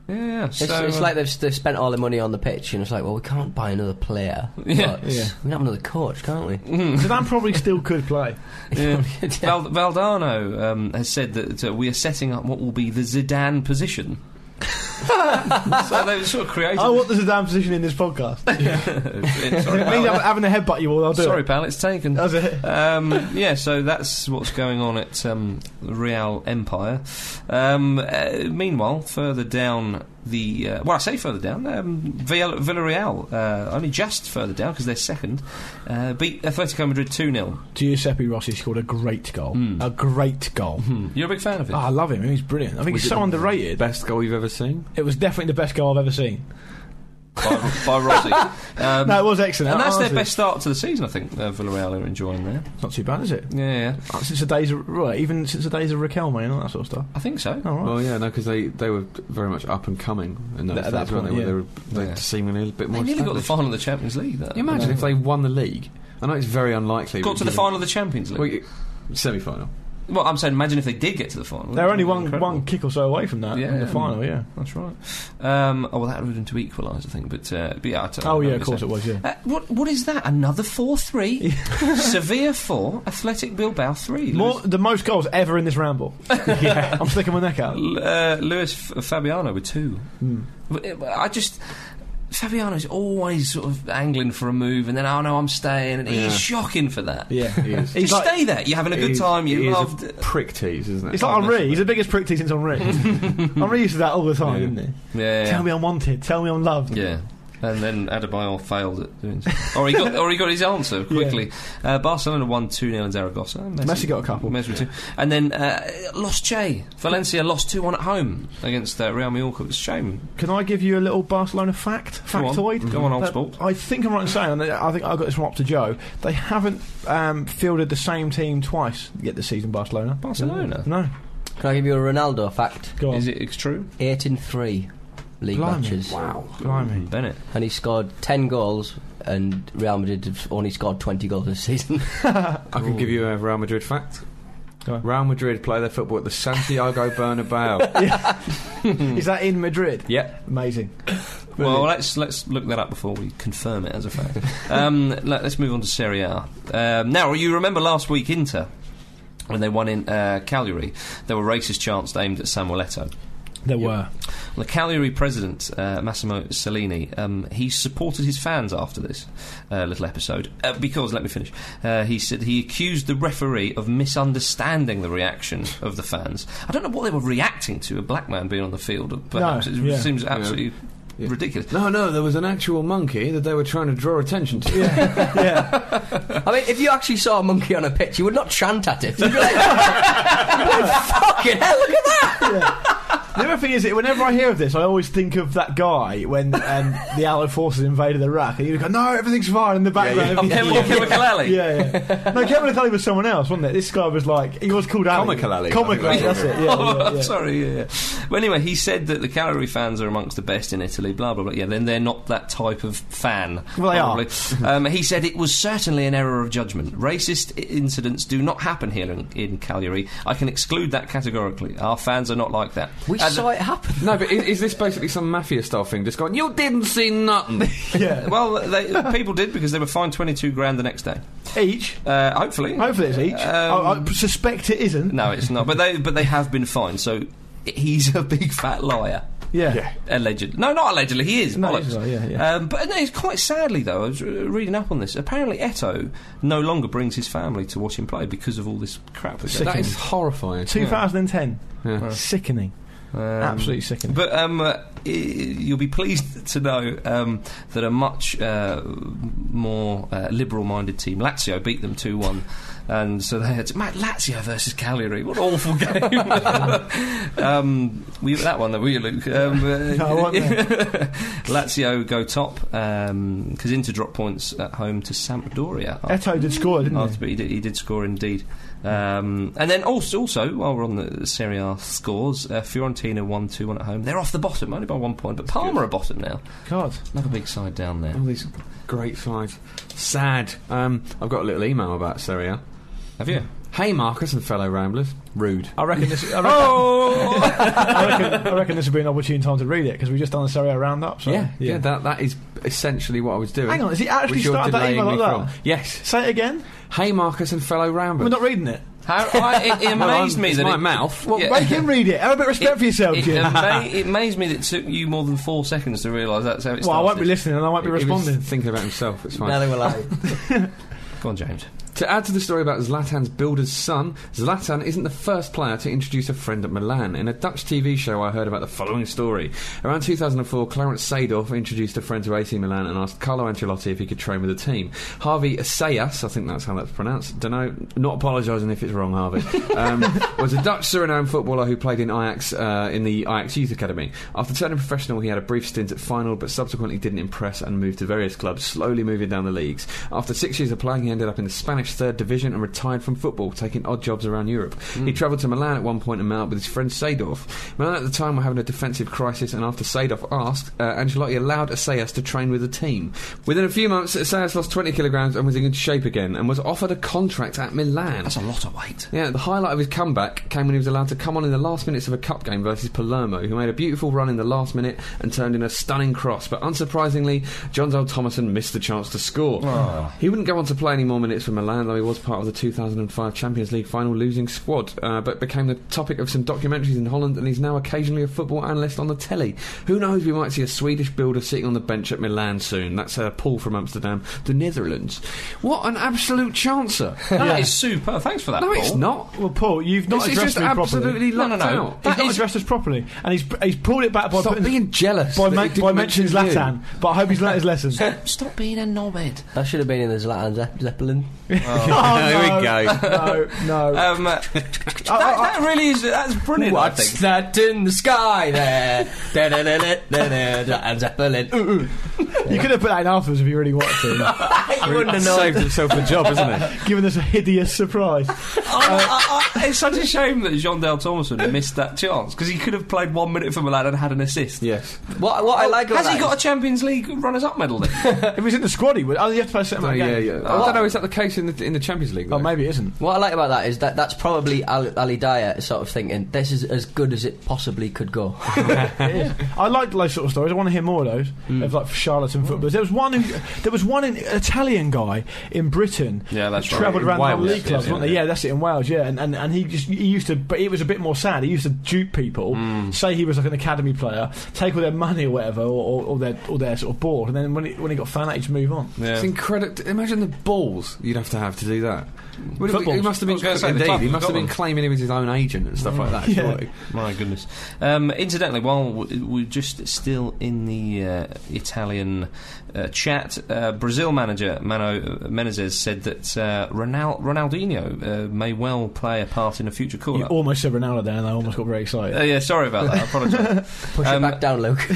Speaker 1: yeah, yeah.
Speaker 2: It's,
Speaker 1: so,
Speaker 2: it's
Speaker 1: uh,
Speaker 2: like they've, they've spent all their money on the pitch, and it's like, well, we can't buy another player.
Speaker 1: Yeah.
Speaker 2: but
Speaker 3: Yeah.
Speaker 2: We can have another coach, can't we?
Speaker 3: Zidane probably still could play.
Speaker 1: yeah. Val- Valdano um, has said that uh, we are setting up what will be the Zidane position. so they've sort of created.
Speaker 3: I want the Zidane position in this podcast. If
Speaker 1: sorry,
Speaker 3: it means
Speaker 1: pal.
Speaker 3: I'm having a headbutt you all, I'll do
Speaker 1: sorry,
Speaker 3: it.
Speaker 1: pal, it's taken.
Speaker 3: That's it.
Speaker 1: um, yeah, so that's what's going on at um, Real Empire. Um, uh, meanwhile, further down the uh, well, I say further down, um, Vill- Villarreal uh, only just further down because they're second. Uh, beat Atletico Madrid two 0
Speaker 3: Giuseppe Rossi scored a great goal. A great goal.
Speaker 1: Hmm. You're a big fan of it.
Speaker 3: Oh, I love him. He's brilliant. I think he's so underrated.
Speaker 5: Best goal you've ever seen?
Speaker 3: It was definitely the best goal I've ever seen.
Speaker 1: by, by Rossi. Um,
Speaker 3: No, it was excellent.
Speaker 1: and that's their
Speaker 3: Honestly,
Speaker 1: best start to the season, I think. Uh, Villarreal are enjoying there.
Speaker 3: it's Not too bad, is it?
Speaker 1: Yeah, yeah,
Speaker 3: Uh, Since the days of right, even since the days of Raquel, man, and all that sort of stuff.
Speaker 1: I think so.
Speaker 3: All right.
Speaker 5: Well, yeah, no, because they, they were very much up and coming. In those
Speaker 3: Th- at
Speaker 5: days,
Speaker 3: that
Speaker 5: weren't
Speaker 3: point,
Speaker 5: they? they
Speaker 3: yeah.
Speaker 5: were they
Speaker 1: Yeah.
Speaker 5: seemingly a little bit
Speaker 1: They
Speaker 5: more.
Speaker 1: nearly got the
Speaker 5: established.
Speaker 1: final of the Champions League. Though.
Speaker 5: Can you imagine if they won the league? I know it's very unlikely.
Speaker 1: got to the final of the Champions League.
Speaker 5: Semi final.
Speaker 1: Well, I'm saying, imagine if they did get to the final.
Speaker 3: They're only
Speaker 1: That'd be
Speaker 3: one
Speaker 1: incredible.
Speaker 3: one kick or so away from that
Speaker 1: Yeah.
Speaker 3: in the final, yeah.
Speaker 1: That's right. Um, oh, well, that would have been to equalise, I think. But, uh, but yeah, I don't
Speaker 3: Oh
Speaker 1: know
Speaker 3: yeah,
Speaker 1: what
Speaker 3: of course
Speaker 1: you're
Speaker 3: it was, yeah.
Speaker 1: saying. Uh, what what is that? Another four three? Sevilla four, Athletic Bilbao three.
Speaker 3: More, the most goals ever in this ramble. yeah. I'm sticking my neck out.
Speaker 1: Luis, uh, Luis F- Fabiano with two.
Speaker 3: Hmm.
Speaker 1: But, uh, I just Fabiano's always sort of angling for a move, and then oh no, I'm staying, and he's shocking for that.
Speaker 3: Yeah.
Speaker 5: is.
Speaker 3: He's
Speaker 1: Just
Speaker 3: like,
Speaker 1: stay there. You're having a good
Speaker 5: He's-
Speaker 1: time.
Speaker 5: he
Speaker 1: You
Speaker 5: is a
Speaker 1: loved.
Speaker 5: prick tease, isn't it?
Speaker 3: it's like Henri. He's the biggest prick tease since Henri. Henri used to that all the time,
Speaker 5: Yeah.
Speaker 3: didn't
Speaker 1: Yeah.
Speaker 3: he? Tell me I'm wanted. Tell me I'm loved.
Speaker 1: Yeah. And then Adebayor failed at doing so. Or he got, or he got his answer quickly. Uh, Barcelona won 2 0 in Zaragoza.
Speaker 3: Messi got a couple.
Speaker 1: Messi with two. And then uh, lost Che. Valencia lost 2 1 at home against uh, Real Mallorca. It's a shame.
Speaker 3: Can I give you a little Barcelona fact?
Speaker 1: Go on.
Speaker 3: Factoid?
Speaker 1: Go on, old
Speaker 3: That-
Speaker 1: sport.
Speaker 3: I think I'm right in saying, and I think I got this from up to Joe, they haven't um, fielded the same team twice yet this season, Barcelona.
Speaker 1: Barcelona.
Speaker 3: No.
Speaker 2: Can I give you a Ronaldo fact?
Speaker 3: Go on.
Speaker 1: Is it it's true?
Speaker 2: Eight in three league
Speaker 3: Blimey.
Speaker 2: matches.
Speaker 3: Blimey.
Speaker 1: Bennett.
Speaker 2: And he scored 10 goals, and Real Madrid have only scored 20 goals this season.
Speaker 5: I can give you a Real Madrid fact.
Speaker 3: Go on.
Speaker 5: Real Madrid play their football at the Santiago Bernabeu.
Speaker 3: Is that in Madrid?
Speaker 5: yep.
Speaker 3: Amazing.
Speaker 1: Well, let's let's look that up before we confirm it as a fact. um, let, us move on to Serie A. Um, now, you remember last week Inter when they won in uh, Cagliari, there were racist chants aimed at Samuel Eto.
Speaker 3: There were.
Speaker 1: The Cagliari president, uh, Massimo Cellini, um, he supported his fans after this uh, little episode uh, because, let me finish, uh, he said he accused the referee of misunderstanding the reaction of the fans. I don't know what they were reacting to, a black man being on the field, perhaps. it
Speaker 3: yeah.
Speaker 1: seems absolutely
Speaker 5: Yeah.
Speaker 1: ridiculous.
Speaker 5: No, no, there was an actual monkey that they were trying to draw attention to.
Speaker 2: I mean, if you actually saw a monkey on a pitch, you would not chant at it. You'd be like, fucking hell, look at that!
Speaker 3: The other thing is that whenever I hear of this, I always think of that guy when um, the Allied forces invaded Iraq, and he would go, "No, everything's fine." In the background,
Speaker 1: Oh,
Speaker 5: yeah.
Speaker 3: everything's
Speaker 5: Kevin- Kevin
Speaker 3: fine."
Speaker 1: Kelly.
Speaker 3: Yeah, yeah. No, Kevin Kelly was someone else, wasn't it? This guy was like he was called Ali.
Speaker 5: Comical Ali, I
Speaker 3: Comical Ali.
Speaker 5: think
Speaker 3: That's
Speaker 5: that's
Speaker 3: it. Yeah, yeah,
Speaker 1: oh,
Speaker 3: yeah.
Speaker 1: sorry. Yeah, yeah. Well, anyway, he said that the Cagliari fans are amongst the best in Italy. Blah blah blah. Yeah, then they're not that type of fan.
Speaker 3: Well, they are.
Speaker 1: probably. um, he said it was certainly an error of judgment. Racist i- incidents do not happen here in, in Cagliari. I can exclude that categorically. Our fans are not like that.
Speaker 2: We
Speaker 1: And-
Speaker 2: saw it happen.
Speaker 5: No, but is, is this basically some mafia style thing? Just going, you didn't see nothing.
Speaker 3: Yeah.
Speaker 1: well, they, people did because they were fined twenty-two grand the next day.
Speaker 3: Each.
Speaker 1: Uh, hopefully,
Speaker 3: Hopefully, it's each. I,
Speaker 1: Um,
Speaker 3: I suspect it isn't.
Speaker 1: no, it's not. But they but they have been fined. So he's a big fat liar.
Speaker 3: Yeah.
Speaker 1: Allegedly. No, not allegedly. He is.
Speaker 3: No,
Speaker 1: bollocks.
Speaker 3: he's right, yeah, yeah.
Speaker 1: Um, but no, it's quite sadly, though, I was uh, reading up on this. Apparently, Eto no longer brings his family to watch him play because of all this crap. That's
Speaker 3: Sick.
Speaker 1: going
Speaker 5: That is horrifying.
Speaker 3: 2010.
Speaker 5: Yeah.
Speaker 3: Sickening.
Speaker 1: on. Um,
Speaker 3: Absolutely sickening.
Speaker 1: But um, uh, i- you'll be pleased to know um, that a much uh, more uh, liberal-minded team, Lazio, beat them two-one, and so they had to, Matt, Lazio versus Cagliari. What an awful game! um, were you at that one, though, were you, Luke? Um, uh,
Speaker 3: No, I wasn't
Speaker 1: Lazio go top because Inter drop points at home to Sampdoria.
Speaker 3: Eto did score, didn't
Speaker 1: Oh,
Speaker 5: Mm.
Speaker 3: he?
Speaker 1: but he did, he did score indeed. Um, and then also, also, while we're on the Serie A scores, uh, Fiorentina 1 2 1 at home. They're off the bottom, only by one point, but Parma are bottom now.
Speaker 3: God.
Speaker 1: Another big side down there.
Speaker 5: All these great sides. Sad. Um, I've got a little email about Syria.
Speaker 1: Have you?
Speaker 5: Hey, Marcus and fellow Ramblers. Rude.
Speaker 3: I reckon this. I reckon,
Speaker 1: Oh!
Speaker 3: I reckon, I reckon this would be an opportune time to read it because we just done the Serie A roundup. So.
Speaker 5: yeah, yeah, That that is essentially what I was doing.
Speaker 3: Hang on, has he actually
Speaker 5: which you're
Speaker 3: started that
Speaker 5: delaying
Speaker 3: email
Speaker 5: me
Speaker 3: like
Speaker 5: from.
Speaker 3: that?
Speaker 5: Yes.
Speaker 3: Say it again.
Speaker 5: Hey, Marcus and fellow Ramblers.
Speaker 3: We're not reading it.
Speaker 1: How, I, it, it
Speaker 5: Well,
Speaker 1: amazed
Speaker 5: I'm-
Speaker 1: me
Speaker 5: it's
Speaker 1: that.
Speaker 5: my
Speaker 1: it,
Speaker 5: mouth.
Speaker 1: Well,
Speaker 3: Make him read it. Have a bit of respect for yourself,
Speaker 1: it,
Speaker 3: Jim.
Speaker 1: ama- it amazed me that it took you more than four seconds to realise that's how it started.
Speaker 3: Well, I won't be listening and I won't be
Speaker 5: He was
Speaker 3: responding.
Speaker 5: thinking about himself. It's fine.
Speaker 2: Now they were like,
Speaker 1: Go on, James.
Speaker 5: To add to the story about Zlatan's builder's son, Zlatan isn't the first player to introduce a friend at Milan. In a Dutch TV show, I heard about the following story. Around 2004, Clarence Seedorf introduced a friend to AC Milan and asked Carlo Ancelotti if he could train with the team. Harvey Assayas, I think that's how that's pronounced, don't know, not apologising if it's wrong, Harvey, um, was a Dutch Suriname footballer who played in Ajax uh, in the Ajax Youth Academy. After turning professional, he had a brief stint at final, but subsequently didn't impress and moved to various clubs, slowly moving down the leagues. After six years of playing, he ended up in the Spanish Third Division and retired from football, taking odd jobs around Europe. He travelled to Milan at one point and met up with his friend Seedorf. Milan at the time were having a defensive crisis, and after Seedorf asked, uh, Ancelotti allowed Assayas to train with the team. Within a few months, Assayas lost 20 kilograms and was in good shape again, and was offered a contract at Milan.
Speaker 1: That's a lot of weight.
Speaker 5: Yeah, the highlight of his comeback came when he was allowed to come on in the last minutes of a cup game versus Palermo, who made a beautiful run in the last minute and turned in a stunning cross. But unsurprisingly, Jonzo Thomason missed the chance to score. He wouldn't go on to play any more minutes for Milan, though he was part of the 2005 Champions League final losing squad, uh, but became the topic of some documentaries in Holland, and he's now occasionally a football analyst on the telly. Who knows, we might see a Swedish builder sitting on the bench at Milan soon. That's uh, Paul from Amsterdam, the Netherlands. What an absolute chancer!
Speaker 1: That is super. Thanks for that.
Speaker 5: No, it's
Speaker 1: Paul.
Speaker 5: not.
Speaker 3: Well, Paul, you've not
Speaker 5: This is
Speaker 3: addressed
Speaker 5: just
Speaker 3: me properly.
Speaker 5: absolutely
Speaker 1: No, no,
Speaker 5: locked
Speaker 1: no.
Speaker 5: out.
Speaker 3: He's
Speaker 1: That
Speaker 3: not
Speaker 1: is-
Speaker 3: addressed us properly, and he's he's pulled it back by
Speaker 5: Stop
Speaker 3: putting,
Speaker 5: being jealous.
Speaker 3: by,
Speaker 5: that
Speaker 3: men-
Speaker 5: he didn't
Speaker 3: by mentioning
Speaker 5: mention you.
Speaker 3: Zlatan. But I hope he's learnt his lessons. oh,
Speaker 1: Stop being a knobhead.
Speaker 2: that should have been in the Zlatan Ze- Zeppelin.
Speaker 3: Oh, no, go. No, no.
Speaker 1: Um, uh, that, that really is. That's brilliant. I think.
Speaker 2: What's that in the sky there? Da da da da da da. Zlatan Zeppelin. Ooh, ooh.
Speaker 3: you could have put that in afterwards if you really wanted to.
Speaker 2: You wouldn't have known.
Speaker 5: Saved himself a job, isn't it?
Speaker 3: giving us a hideous surprise. Uh,
Speaker 1: I, I, I, it's such a shame that Jean Del Thomason missed that chance because he could have played one minute for Milan and had an assist.
Speaker 5: Yes.
Speaker 2: What, what I like about
Speaker 1: Oh, Has
Speaker 2: that
Speaker 1: he
Speaker 2: is-
Speaker 1: got a Champions League runners-up medal? Then?
Speaker 3: if he's in the squad, he would. Oh, you have to play a certain
Speaker 5: Oh,
Speaker 3: amount of
Speaker 5: yeah,
Speaker 3: games.
Speaker 5: yeah. I don't know. Is that the case in the in the Champions League? though?
Speaker 3: Oh, maybe it isn't.
Speaker 2: What I like about that is that that's probably Ali, Ali Dyer sort of thinking this is as good as it possibly could go.
Speaker 3: It is. I like those sort of stories. I want to hear more of those of like charlatan footballers. There was one. Who, there was one in, Italian guy in Britain.
Speaker 1: Yeah, that's
Speaker 3: that Travelled
Speaker 1: right. In
Speaker 3: around the whole
Speaker 1: Wales,
Speaker 3: league clubs,
Speaker 1: yeah,
Speaker 3: weren't they?
Speaker 1: yeah.
Speaker 3: Yeah, that's it in Wales. Yeah, and, and and he just he used to, but it was a bit more sad. He used to dupe people,
Speaker 1: Hmm.
Speaker 3: say he was like an academy player, take all their money or whatever, or, or, or their or their sort of board, and then when he, when he got found out, he just move on.
Speaker 5: It's incredible. Imagine the balls you'd have to have to do that. Would it be- He must have
Speaker 1: I
Speaker 5: been.
Speaker 1: was gonna say, the
Speaker 5: Indeed,
Speaker 1: club
Speaker 5: he
Speaker 1: has
Speaker 5: must have
Speaker 1: got
Speaker 5: been
Speaker 1: them.
Speaker 5: claiming he was his own agent and stuff like that.
Speaker 3: Yeah.
Speaker 5: surely.
Speaker 1: My goodness. Um, incidentally, while w- we're just still in the uh, Italian Brazilian uh, chat. Uh, Brazil manager Mano Menezes said that uh, Ronal- Ronaldinho uh, may well play a part in a future call
Speaker 3: You
Speaker 1: up.
Speaker 3: almost said Ronaldo there, and I almost got very excited.
Speaker 1: Uh, yeah, sorry about that. I apologise.
Speaker 2: Push
Speaker 1: Um,
Speaker 2: it back down, Luke.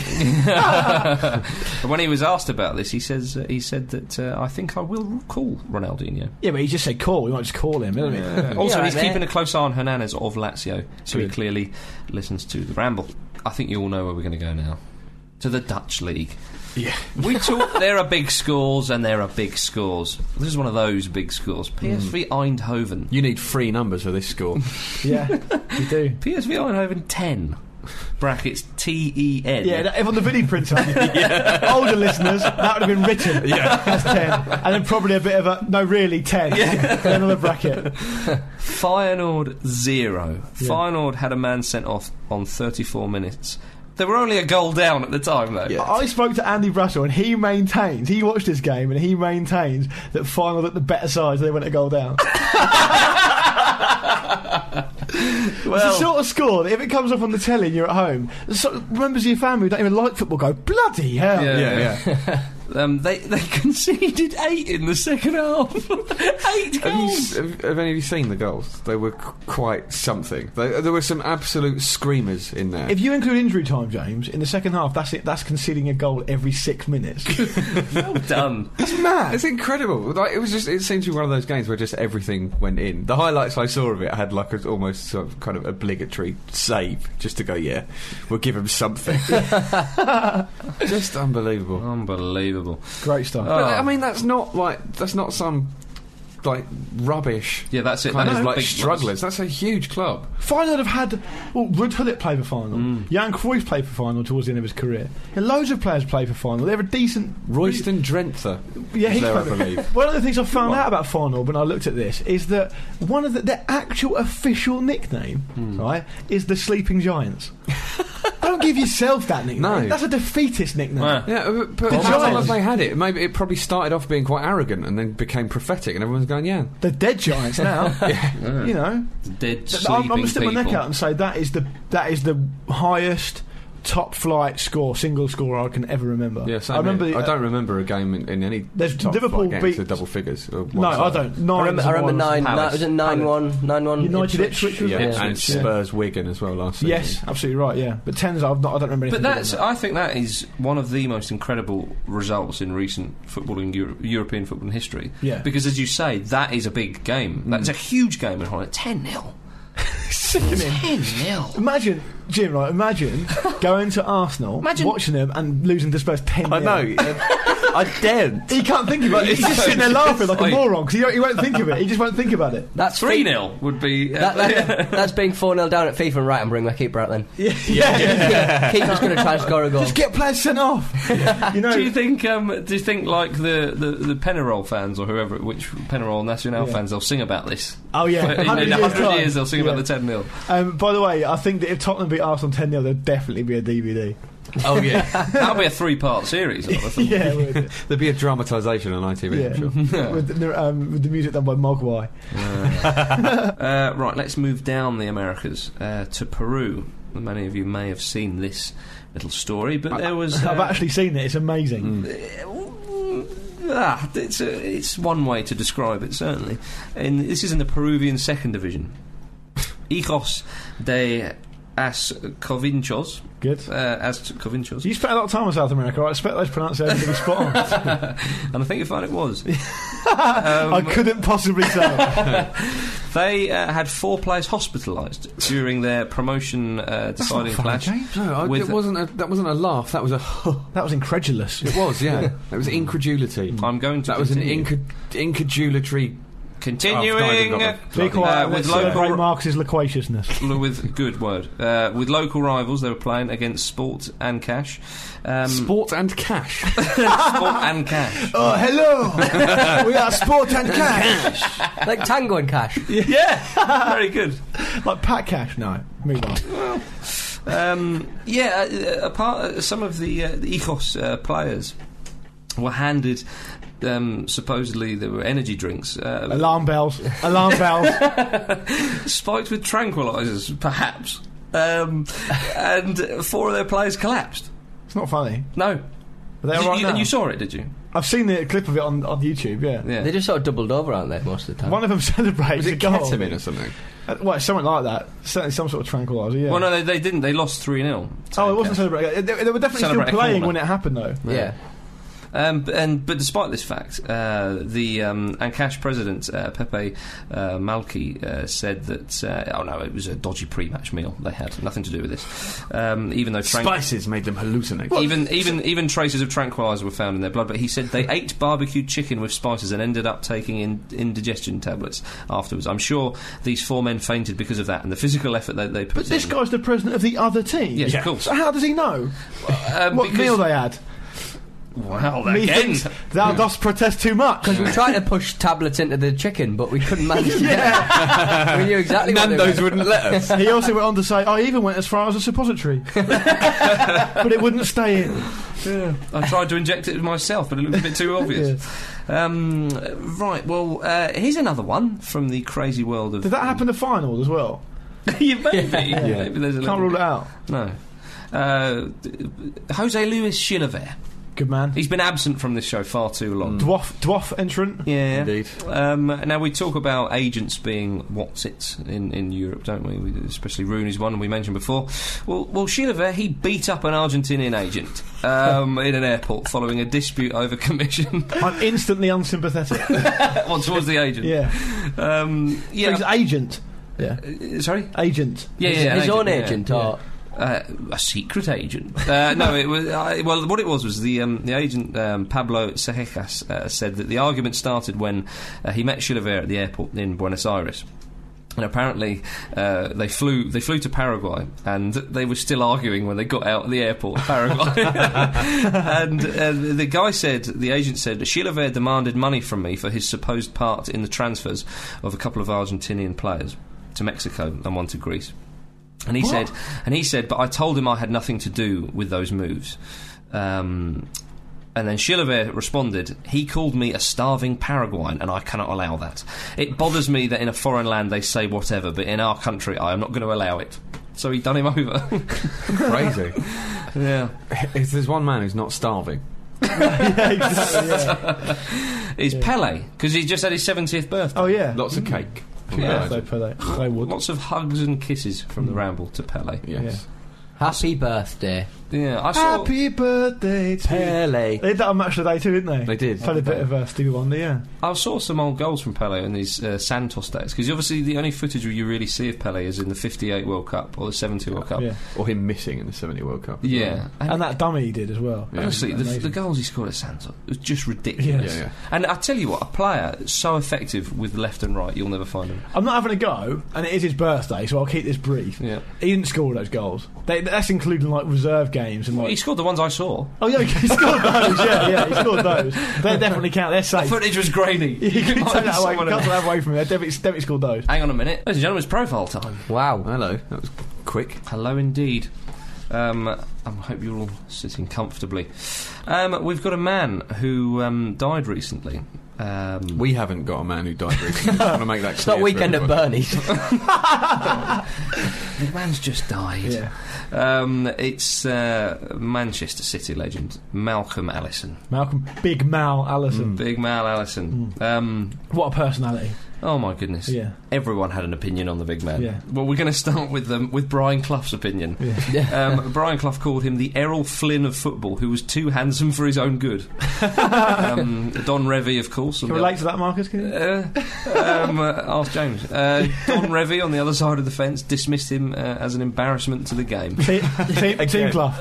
Speaker 1: But when he was asked about this, he says uh, he said that uh, I think I will call Ronaldinho.
Speaker 3: yeah, but he just said call. We might just call him, didn't we?
Speaker 1: Also,
Speaker 2: Yeah,
Speaker 1: he's
Speaker 2: mate.
Speaker 1: keeping a close eye on Hernandez of Lazio, so he clearly listens to the ramble. I think you all know where we're going to go now. To the Dutch league.
Speaker 3: Yeah.
Speaker 1: We talk, there are big scores and there are big scores. This is one of those big scores.
Speaker 3: Hmm.
Speaker 1: PSV Eindhoven.
Speaker 5: You need three numbers for this score.
Speaker 3: yeah, you do.
Speaker 1: PSV Eindhoven 10. Brackets T E N.
Speaker 3: Yeah, that, if on the video printer, older listeners, that would have been written as 10. And then probably a bit of a, no, really 10. then another bracket.
Speaker 1: Feyenoord 0.
Speaker 3: Yeah.
Speaker 1: Feyenoord had a man sent off on 34 minutes. They were only a goal down at the time, though.
Speaker 3: I spoke to Andy Brassel and he maintains, he watched this game and he maintains that final looked the better side, so they went a goal down. it's the sort of score that if it comes up on the telly and you're at home, the sort of members of your family who don't even like football go, bloody hell.
Speaker 1: yeah. Um, they they conceded eight in the second half. eight
Speaker 5: Have, you, s-
Speaker 1: goals.
Speaker 5: have, have any of you seen the goals? They were qu- quite something. They, there were some absolute screamers in there.
Speaker 3: If you include injury time, James, in the second half, that's it. That's conceding a goal every six minutes.
Speaker 1: well done.
Speaker 3: It's mad.
Speaker 5: It's incredible. Like it was just. It seems to be one of those games where just everything went in. The highlights I saw of it had like a almost sort of kind of obligatory save just to go. Yeah, we'll give him something. just unbelievable.
Speaker 1: Unbelievable.
Speaker 3: Great stuff.
Speaker 1: Oh.
Speaker 5: But, I mean, that's not like that's not some like rubbish.
Speaker 1: Yeah, that's it.
Speaker 5: Kind
Speaker 1: That
Speaker 5: of
Speaker 1: is
Speaker 5: like
Speaker 1: big
Speaker 5: strugglers. That's a huge club.
Speaker 3: Final have had well, Ruud Hullet played for final.
Speaker 5: Mm.
Speaker 3: Jan Cruyff played for final towards the end of his career. And loads of players played for final. They're a decent.
Speaker 5: Royston Drenther.
Speaker 3: Yeah,
Speaker 5: was
Speaker 3: he
Speaker 5: there, I
Speaker 3: played-
Speaker 5: believe.
Speaker 3: One of the things I found out about final when I looked at this is that one of the, their actual official nickname,
Speaker 5: Hmm.
Speaker 3: right, is the Sleeping Giants. Don't give yourself that nickname.
Speaker 5: No.
Speaker 3: That's a defeatist nickname.
Speaker 1: Yeah.
Speaker 5: Yeah, but, but
Speaker 3: The
Speaker 5: how long have
Speaker 3: Giants.
Speaker 5: they had it? Maybe it probably started off being quite arrogant and then became prophetic, and everyone's going, "Yeah,
Speaker 3: They're dead giants now. You know,
Speaker 1: Dead
Speaker 3: Th-
Speaker 1: sleeping
Speaker 3: I'm, I'm gonna stick
Speaker 1: people.
Speaker 3: my neck out and say that is the that is the highest top flight score, single score I can ever remember.
Speaker 5: Yeah, same
Speaker 3: I remember.
Speaker 5: here.
Speaker 3: the-
Speaker 5: I don't remember a game in, in any
Speaker 3: There's
Speaker 5: top
Speaker 3: Liverpool
Speaker 5: flight game
Speaker 3: beat-
Speaker 5: to double figures. or one
Speaker 3: No, I
Speaker 5: side.
Speaker 3: don't.
Speaker 2: I
Speaker 3: Nine
Speaker 2: remember, I
Speaker 3: was
Speaker 2: remember
Speaker 3: one.
Speaker 2: nine, nine.
Speaker 1: Palace.
Speaker 2: Was it nine one, nine one?
Speaker 3: United Ipswich was
Speaker 5: Yeah,
Speaker 3: it?
Speaker 5: and
Speaker 3: Yeah.
Speaker 5: Spurs, Wigan as well last season.
Speaker 3: Yes, absolutely right. Yeah, but tens, I've not. I don't remember.
Speaker 1: But
Speaker 3: Anything
Speaker 1: that's,
Speaker 3: about
Speaker 1: I think that is one of the most incredible results in recent footballing, Euro- European football history.
Speaker 3: Yeah.
Speaker 1: Because as you say, that is a big game. That's a huge game in Holland. 10 0.
Speaker 3: that. sickening.
Speaker 1: 10 0.
Speaker 3: Imagine, Jim. Right, imagine going to Arsenal,
Speaker 1: Imagine-
Speaker 3: watching them, and losing to Spurs ten.
Speaker 5: I know. I daren't.
Speaker 3: He can't think about it. He's just sitting there laughing like a moron because he, he won't think of it. He just won't think about it.
Speaker 2: That's
Speaker 1: 3
Speaker 2: free.
Speaker 1: 0 would be. uh,
Speaker 2: That, that, that's being 4 0 down at FIFA and right and bring my keeper out then.
Speaker 3: Yeah, yeah.
Speaker 2: Keeper's going to try and score a goal.
Speaker 3: Just get players sent off. You know,
Speaker 1: do you think? Um, do you think like the, the, the Penarol fans or whoever, which Penarol Nacional
Speaker 3: Yeah.
Speaker 1: fans, they'll sing about this?
Speaker 3: Oh yeah,
Speaker 1: in in
Speaker 3: 100 years
Speaker 1: 100 years,
Speaker 3: time.
Speaker 1: they'll sing
Speaker 3: Yeah.
Speaker 1: about the 10 0
Speaker 3: Um, by the way, I think that if Tottenham beat Arsenal 10 0, there'll definitely be a DVD.
Speaker 5: Oh yeah,
Speaker 1: That'll be a three part series. I think.
Speaker 3: yeah, with,
Speaker 5: there'd be a dramatisation on ITV.
Speaker 3: yeah.
Speaker 5: I'm sure.
Speaker 3: with, the, um, with the music done by Mogwai.
Speaker 1: Uh, right, let's move down the Americas uh, to Peru. Many of you may have seen this little story, but there was.
Speaker 3: I've
Speaker 1: Uh,
Speaker 3: actually seen it, it's
Speaker 1: Mm.
Speaker 3: amazing.
Speaker 5: Mm.
Speaker 1: ah, it's, uh it's one way to describe it, certainly. And this is in the Peruvian second division. Hijos de As Covinchos.
Speaker 3: Good.
Speaker 1: Uh, as Covinchos.
Speaker 3: You spent a lot of time in South America, right? I expect those pronunciations to be spot on.
Speaker 1: and I think you found it was. Um,
Speaker 3: I couldn't possibly tell.
Speaker 1: They uh, had four players hospitalised during their promotion uh, deciding clash.
Speaker 5: No, I,
Speaker 1: With-
Speaker 5: it wasn't. A, that wasn't a laugh. That was a.
Speaker 3: that was incredulous.
Speaker 5: It was. Yeah, that was incredulity.
Speaker 3: Mm.
Speaker 1: I'm going to
Speaker 5: That was an
Speaker 1: continue.
Speaker 5: incred- incredulatory.
Speaker 1: Continuing
Speaker 5: I've
Speaker 1: uh,
Speaker 5: got
Speaker 3: Be quiet.
Speaker 1: uh,
Speaker 3: let's
Speaker 1: with
Speaker 3: celebrate
Speaker 1: local
Speaker 3: Marcus's loquaciousness.
Speaker 1: uh, with good word uh, with local rivals, they were playing against Sport and Cash. Um,
Speaker 5: Sport and cash.
Speaker 1: Sport and Cash.
Speaker 3: Oh, hello! we are Sport and Cash!
Speaker 2: like Tango and Cash.
Speaker 1: Yeah, very good.
Speaker 3: like Pat Cash? No, move on.
Speaker 1: Um, yeah, uh, apart uh, some of the, uh, the Ecos uh, players were handed. Um, supposedly there were energy drinks uh,
Speaker 3: Alarm bells. Alarm bells.
Speaker 1: spiked with tranquilizers, perhaps, um, and four of their players collapsed.
Speaker 3: it's not funny.
Speaker 1: No.
Speaker 3: But they're
Speaker 1: You-
Speaker 3: right
Speaker 1: you-
Speaker 3: now.
Speaker 1: and you saw it, did you?
Speaker 3: I've seen the clip of it on, on YouTube. Yeah.
Speaker 1: Yeah.
Speaker 2: They just sort of doubled over, aren't they, most of the time?
Speaker 3: One of them celebrates
Speaker 4: Was
Speaker 3: a
Speaker 4: it
Speaker 3: goal.
Speaker 4: ketamine or something?
Speaker 3: Uh, Well, something like that. Certainly some sort of tranquilizer. Yeah.
Speaker 1: Well, no, they, they didn't. They lost 3 0.
Speaker 3: oh, it wasn't celebrating. They, they were definitely
Speaker 1: Celebrate a
Speaker 3: still playing
Speaker 1: corner.
Speaker 3: when it happened, though.
Speaker 2: yeah.
Speaker 1: Um, b- and but despite this fact, uh, the um, Ancash president uh, Pepe uh, Malki uh, said that uh, oh no, it was a dodgy pre-match meal they had, nothing to do with this. Um, even though tran-
Speaker 5: Spices made them hallucinate.
Speaker 1: even even even traces of tranquilizer were found in their blood, but he said they ate barbecued chicken with spices and ended up taking in, indigestion tablets afterwards. I'm sure these four men fainted because of that and the physical effort that they put.
Speaker 3: But this
Speaker 1: in.
Speaker 3: guy's the president of the other team.
Speaker 1: Yes, of course.
Speaker 3: So how does he know
Speaker 1: Um,
Speaker 3: what
Speaker 1: because-
Speaker 3: meal they had?
Speaker 1: Well, again,
Speaker 3: Methinks thou dost protest too much.
Speaker 2: Because we tried to push tablets into the chicken, but we couldn't manage to yeah. We knew exactly what they
Speaker 4: Nando's
Speaker 2: were.
Speaker 4: wouldn't let us.
Speaker 3: he also went on to say, I even went as far as a suppository. but it wouldn't stay in. Yeah.
Speaker 1: I tried to inject it myself, but it looked a bit too obvious. um, right, well, uh, here's another one from the crazy world of.
Speaker 3: Did that happen to final as well?
Speaker 1: Yeah, maybe. Maybe there's a little-
Speaker 3: Can't rule it out.
Speaker 1: No. Uh, d- Jose Luis Chilavert.
Speaker 3: Good man.
Speaker 1: He's been absent from this show far too long.
Speaker 2: Mm.
Speaker 3: Dwarf, dwarf entrant.
Speaker 1: Yeah.
Speaker 5: Indeed.
Speaker 1: Um, now we talk about agents being what's it in, in Europe, don't we? we? Especially Rooney's one we mentioned before. Well, well, Chilavert he beat up an Argentinian agent um, in an airport following a dispute over commission.
Speaker 3: I'm instantly unsympathetic.
Speaker 1: well, towards the agent.
Speaker 3: yeah.
Speaker 1: Um, yeah.
Speaker 3: He's agent. Yeah.
Speaker 1: Uh, Sorry.
Speaker 3: Agent.
Speaker 1: Yeah,
Speaker 2: His,
Speaker 1: yeah, an
Speaker 2: his own
Speaker 1: yeah.
Speaker 2: agent, oh, or
Speaker 1: uh, a secret agent. Uh, no, it was I, well. What it was was the um, the agent um, Pablo Sejejas uh, said that the argument started when uh, he met Chilavert at the airport in Buenos Aires. And apparently, uh, they flew. They flew to Paraguay, and they were still arguing when they got out of the airport, of Paraguay. and uh, the guy said, the agent said, Chilavert demanded money from me for his supposed part in the transfers of a couple of Argentinian players to Mexico and one to Greece. And he said, and he said, but I told him I had nothing to do with those moves. Um, and then Chilavert responded, he called me a starving Paraguayan, and I cannot allow that. It bothers me that in a foreign land they say whatever, but in our country I am not going to allow it. So he done him over.
Speaker 4: Crazy.
Speaker 1: yeah.
Speaker 5: Is there's one man who's not starving?
Speaker 3: yeah, exactly. Yeah.
Speaker 1: It's Pele, because he just had his 70th birthday.
Speaker 3: Oh, yeah.
Speaker 5: Lots of cake.
Speaker 3: yeah.
Speaker 1: Yeah.
Speaker 3: They put that- they would.
Speaker 1: Lots of hugs and kisses from the ramble to Pele.
Speaker 5: Yes.
Speaker 2: happy birthday,
Speaker 1: Yeah, I saw.
Speaker 3: Happy birthday to
Speaker 2: Pele.
Speaker 3: They did that on Match of the Day too, didn't they?
Speaker 5: They did.
Speaker 3: Played a bit of uh, Stevie Wonder, yeah.
Speaker 1: I saw some old goals from Pele in these uh, Santos days because obviously the only footage you really see of Pele is in the '58 World Cup or the '70 World Cup.
Speaker 3: yeah.
Speaker 5: Or him missing in the 70 World Cup.
Speaker 1: Yeah. And,
Speaker 3: And that dummy he did as well.
Speaker 1: honestly, the,
Speaker 3: Amazing.
Speaker 1: the goals he scored at Santos was just ridiculous.
Speaker 3: Yes.
Speaker 5: Yeah, yeah.
Speaker 1: And I tell you what, a player so effective with left and right, you'll never find him.
Speaker 3: I'm not having a go, and it is his birthday, so I'll keep this brief.
Speaker 1: Yeah.
Speaker 3: He didn't score all those goals. They, that's including like reserve games and
Speaker 1: He
Speaker 3: like.
Speaker 1: scored the ones I saw.
Speaker 3: Oh yeah, he scored those. Yeah, yeah, he scored those. They definitely count. They're
Speaker 1: The
Speaker 3: safe.
Speaker 1: footage was grainy.
Speaker 3: You can take that away.
Speaker 1: Someone
Speaker 3: Cut
Speaker 1: else.
Speaker 3: that away from there. Definitely, definitely scored those.
Speaker 1: Hang on a minute, ladies and gentlemen, it's profile time.
Speaker 2: Wow.
Speaker 5: Hello. That was quick.
Speaker 1: Hello, indeed. Um, I hope you're all sitting comfortably. Um, we've got a man who um, died recently. Um,
Speaker 4: We haven't got a man who died recently. I want to make that clear.
Speaker 2: It's not
Speaker 4: for
Speaker 2: weekend at
Speaker 4: everybody.
Speaker 2: Bernie's.
Speaker 1: The man's just died.
Speaker 3: Yeah.
Speaker 1: Um, it's uh, Manchester City legend Malcolm Allison.
Speaker 3: Malcolm, Big Mal Allison.
Speaker 1: Big Mal Allison. Um,
Speaker 3: What a personality.
Speaker 1: oh my goodness.
Speaker 3: Hmm. Yeah.
Speaker 1: Everyone had an opinion on the big man.
Speaker 3: Yeah.
Speaker 1: Well, we're going to start with um, with Brian Clough's opinion. um, Brian Clough called him the Errol Flynn of football, who was too handsome for his own good. um, Don Revy, of course. on
Speaker 3: Can you
Speaker 1: the
Speaker 3: relate to that, Marcus? Can you?
Speaker 1: Uh, um, uh, ask James. Uh, Don Revy on the other side of the fence dismissed him uh, as an embarrassment to the game.
Speaker 3: Team, team, team Clough.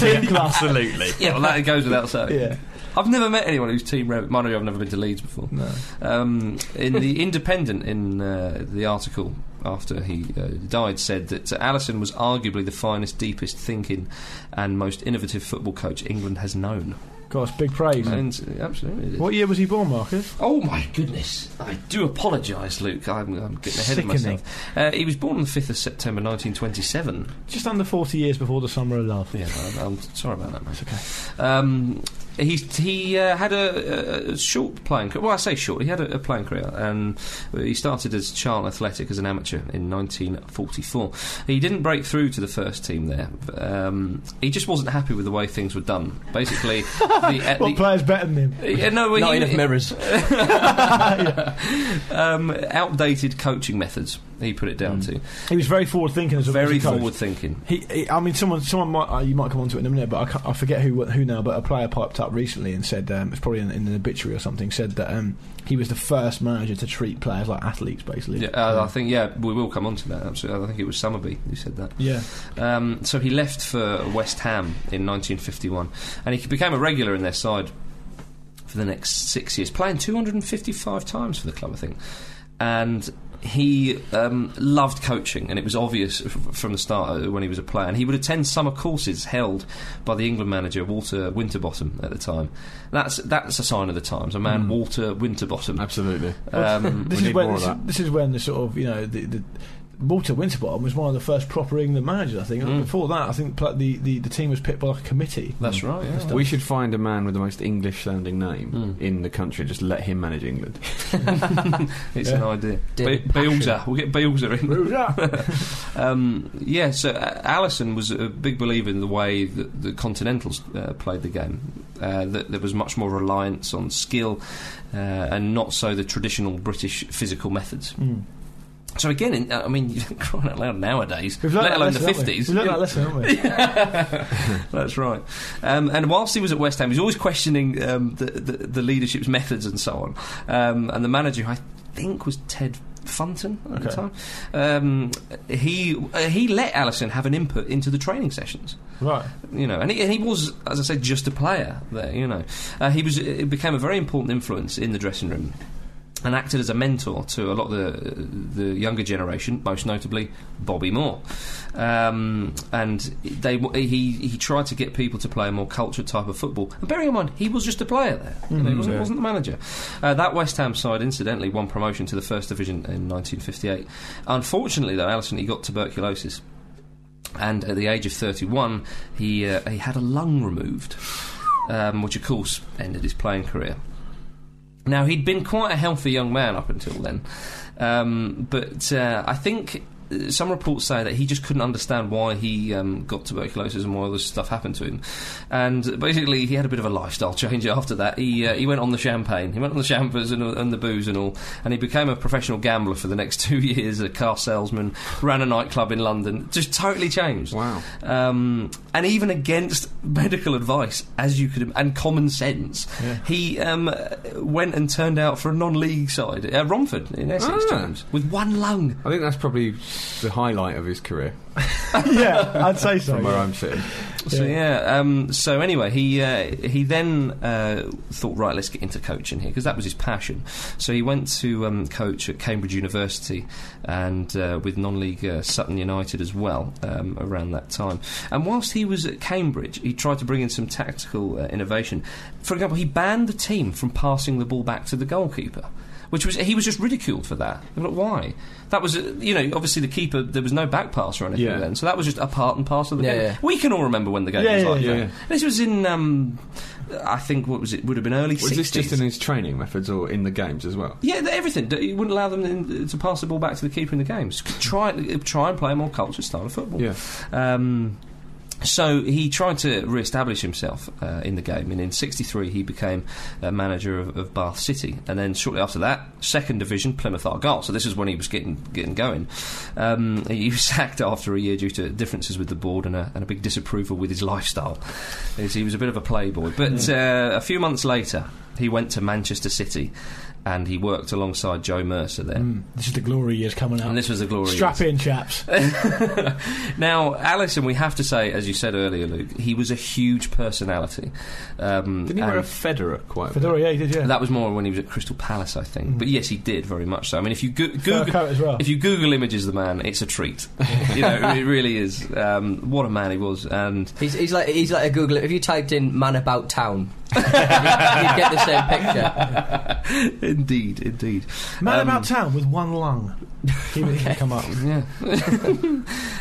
Speaker 3: Team Clough.
Speaker 4: Absolutely.
Speaker 1: Yeah, well, that goes without saying.
Speaker 3: Yeah.
Speaker 1: I've never met anyone who's Team Revit. Mind you, I've never been to Leeds before.
Speaker 3: No.
Speaker 1: Um, in the Independent, in uh, the article after he uh, died, said that Allison was arguably the finest, deepest thinking, and most innovative football coach England has known.
Speaker 3: Gosh, big praise.
Speaker 1: And, uh, absolutely. it is.
Speaker 3: What year was he born, Marcus?
Speaker 1: Oh my goodness! I do apologise, Luke. I'm, I'm getting ahead
Speaker 3: Sickening.
Speaker 1: of myself. Uh, he was born on the fifth of September, 1927.
Speaker 3: Just under 40 years before the Summer of Love.
Speaker 1: Yeah, I'm, I'm sorry about that, mate. okay. Um, he's, he uh, had a, a short playing career. Well, I say short. He had a, a playing career. Um, he started as Charlton Athletic as an amateur in 1944. He didn't break through to the first team there. Um, he just wasn't happy with the way things were done. Basically, the, at
Speaker 3: What player's better than him?
Speaker 1: the- yeah, no, well,
Speaker 2: Not
Speaker 1: he-
Speaker 2: enough mirrors.
Speaker 1: um, outdated coaching methods. He put it down to
Speaker 3: He was very forward thinking as a
Speaker 1: very
Speaker 3: as a coach.
Speaker 1: forward thinking.
Speaker 3: He, he, I mean, someone, someone might uh, you might come onto it in a minute, but I, can't, I forget who who now. But a player piped up recently and said um, it's probably in, in an obituary or something. Said that um, he was the first manager to treat players like athletes, basically.
Speaker 1: Yeah, uh, I think yeah, we will come on to that. Absolutely, I think it was Summerby who said that.
Speaker 3: yeah.
Speaker 1: Um, so he left for West Ham in 1951, and he became a regular in their side for the next six years, playing 255 times for the club, I think. And he um, loved coaching, and it was obvious f- from the start uh, when he was a player. And he would attend summer courses held by the England manager Walter Winterbottom at the time. That's that's a sign of the times. A man, Walter Winterbottom.
Speaker 4: Absolutely.
Speaker 1: Um,
Speaker 3: This
Speaker 4: We need
Speaker 3: is when
Speaker 4: more of
Speaker 3: this,
Speaker 4: that.
Speaker 3: this is when the sort of you know the. the Walter Winterbottom was one of the first proper England managers, I think. And Before that, I think pla- the, the, the team was picked by like a committee.
Speaker 1: Mm. that's right. yeah.
Speaker 4: We should find a man with the most English sounding name in the country, just let him manage England.
Speaker 1: It's
Speaker 3: Yeah.
Speaker 1: an idea. Be-
Speaker 2: David
Speaker 1: Beelzer. We'll get Beelzer in. Um, yeah, so uh, Allison was a big believer in the way that the Continentals uh, played the game. Uh, that there was much more reliance on skill uh, and not so the traditional British physical methods.
Speaker 3: Mm.
Speaker 1: So again, in, I mean, you're crying out loud nowadays,
Speaker 3: We've learned
Speaker 1: let
Speaker 3: that
Speaker 1: alone the
Speaker 3: lesson, haven't we?
Speaker 1: 50s.
Speaker 3: We've learned that lesson, haven't we?
Speaker 1: That's right. Um, and whilst he was at West Ham, he was always questioning um, the, the, the leadership's methods and so on. Um, and the manager, who I think, was Ted Funton at the
Speaker 3: Okay.
Speaker 1: time. Um, he uh, he let Allison have an input into the training sessions
Speaker 3: right.
Speaker 1: you know, and he, and he was, as I said, just a player there, you know. Uh, he was, it became a very important influence in the dressing room and acted as a mentor to a lot of the, the younger generation, most notably Bobby Moore. Um, and they, he, he tried to get people to play a more cultured type of football. And bearing in mind, he was just a player there. You know, he wasn't, wasn't the manager. Uh, that West Ham side, incidentally, won promotion to the First Division in 1958. Unfortunately, though, Allison, he got tuberculosis and at the age of 31, he uh, he had a lung removed, um, which of course ended his playing career. Now he'd been quite a healthy young man up until then, um, but uh, I think. uh, Some reports say that he just couldn't understand why he um, got tuberculosis and why all this stuff happened to him. And basically, he had a bit of a lifestyle change after that. He uh, he went on the champagne, he went on the champers and, and the booze and all, and he became a professional gambler for the next two years. A car salesman, ran a nightclub in London, just totally changed
Speaker 4: Wow.
Speaker 1: um, and even against medical advice, as you could, and common sense, he um, went and turned out for a non-league side, uh, Romford in Essex,
Speaker 4: Ah.
Speaker 1: James, with one lung.
Speaker 4: I think that's probably the highlight of his career,
Speaker 3: Oh, yeah, I'd say so.
Speaker 4: from where I'm sitting.
Speaker 1: So yeah. Um, so anyway, he uh, he then uh, thought, right, let's get into coaching here because that was his passion. So he went to um, coach at Cambridge University and uh, with non-league uh, Sutton United as well um, around that time. And whilst he was at Cambridge, he tried to bring in some tactical uh, innovation. For example, he banned the team from passing the ball back to the goalkeeper. Which was he was just ridiculed for that. They were Like, why? That was uh, you know obviously the keeper there was no back pass or anything
Speaker 4: Yeah.
Speaker 1: then, so that was just a part and parcel of the
Speaker 2: Yeah,
Speaker 1: game.
Speaker 2: yeah.
Speaker 1: We can all remember when the game
Speaker 3: Yeah,
Speaker 1: was
Speaker 3: yeah,
Speaker 1: like
Speaker 3: yeah,
Speaker 1: that.
Speaker 4: yeah.
Speaker 1: This was in, um, I think, what was it? Would have been early
Speaker 4: Was
Speaker 1: 60s.
Speaker 4: this just in his training methods or in the games as well?
Speaker 1: yeah, th- everything. D- You wouldn't allow them in, to pass the ball back to the keeper in the games. Try, try and play a more cultured style of football.
Speaker 4: Yeah.
Speaker 1: Um, so he tried to re-establish himself uh, in the game, and in '63 he became uh, manager of, of Bath City, and then shortly after that, second division Plymouth Argyle. So this is when he was getting getting going. Um, he was sacked after a year due to differences with the board and a, and a big disapproval with his lifestyle. He's- He was a bit of a playboy, but uh, a few months later he went to Manchester City, and he worked alongside Joe Mercer there.
Speaker 3: Mm, this is the glory years coming up.
Speaker 1: And this was the glory.
Speaker 3: Strap
Speaker 1: years.
Speaker 3: in, chaps.
Speaker 1: Now, Allison, we have to say, as you said earlier, Luke, he was a huge personality. Um,
Speaker 4: Didn't he wear a
Speaker 1: and
Speaker 4: Federer quite a bit?
Speaker 3: Fedora, yeah, he did, yeah.
Speaker 1: that was more when he was at Crystal Palace, I think.
Speaker 4: Mm.
Speaker 1: But yes, he did very much so. I mean, if you go-
Speaker 3: Fur
Speaker 1: Google,
Speaker 3: coat as well.
Speaker 1: if you Google images of the man, it's a treat. you know, it really is. Um, what a man he was, and
Speaker 2: He's, he's like he's like a Google. If you typed in "man about town," you'd get the same picture.
Speaker 1: indeed, indeed.
Speaker 3: Man
Speaker 1: Um,
Speaker 3: about town with one lung. He would come up.
Speaker 1: Yeah.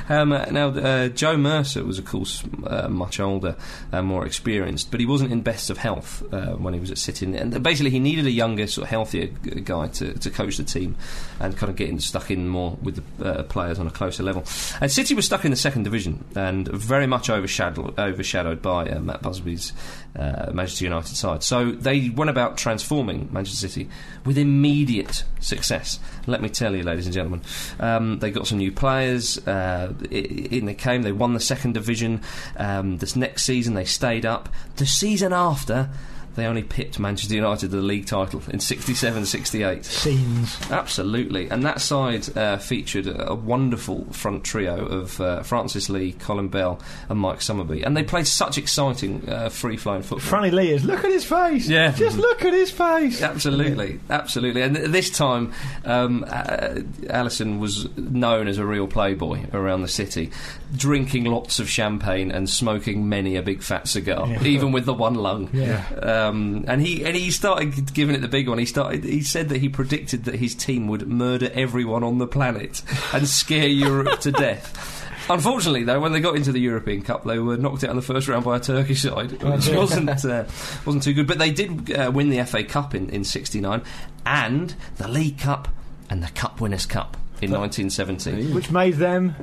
Speaker 1: um, uh, now, uh, Joe Mercer was, of course, uh, much older and more experienced, but he wasn't in best of health uh, when he was at City. And basically, he needed a younger, sort of healthier g- guy to, to coach the team and kind of getting stuck in more with the uh, players on a closer level. And City was stuck in the second division and very much overshadowed, overshadowed by uh, Matt Busby's uh, Manchester United side. So they went about transforming Manchester City with immediate success. Let me tell you, ladies and gentlemen, um, they got some new players. Uh, i- in they came. They won the second division. Um, this next season, they stayed up. The season after. They only pipped Manchester United to the league title in 67 68.
Speaker 3: Scenes.
Speaker 1: Absolutely, and that side uh, featured a a wonderful front trio of uh, Francis Lee, Colin Bell, and Mike Summerby, and they played such exciting, uh, free-flowing football.
Speaker 3: Franny Lee is. Look at his face.
Speaker 1: Yeah.
Speaker 3: Just look at his face.
Speaker 1: Absolutely, absolutely. And th- this time, um, uh, Allison was known as a real playboy around the city, drinking lots of champagne and smoking many a big fat cigar,
Speaker 3: Yeah.
Speaker 1: even with the one lung.
Speaker 3: Yeah.
Speaker 1: Um, and he and he started giving it the big one. He started. He said that he predicted that his team would murder everyone on the planet and scare Europe to death. Unfortunately, though, when they got into the European Cup, they were knocked out in the first round by a Turkish side,
Speaker 3: Oh,
Speaker 1: which wasn't uh, wasn't too good. But they did uh, win the FA Cup in in '69 and the League Cup and the Cup Winners' Cup in 1970.
Speaker 3: Which made them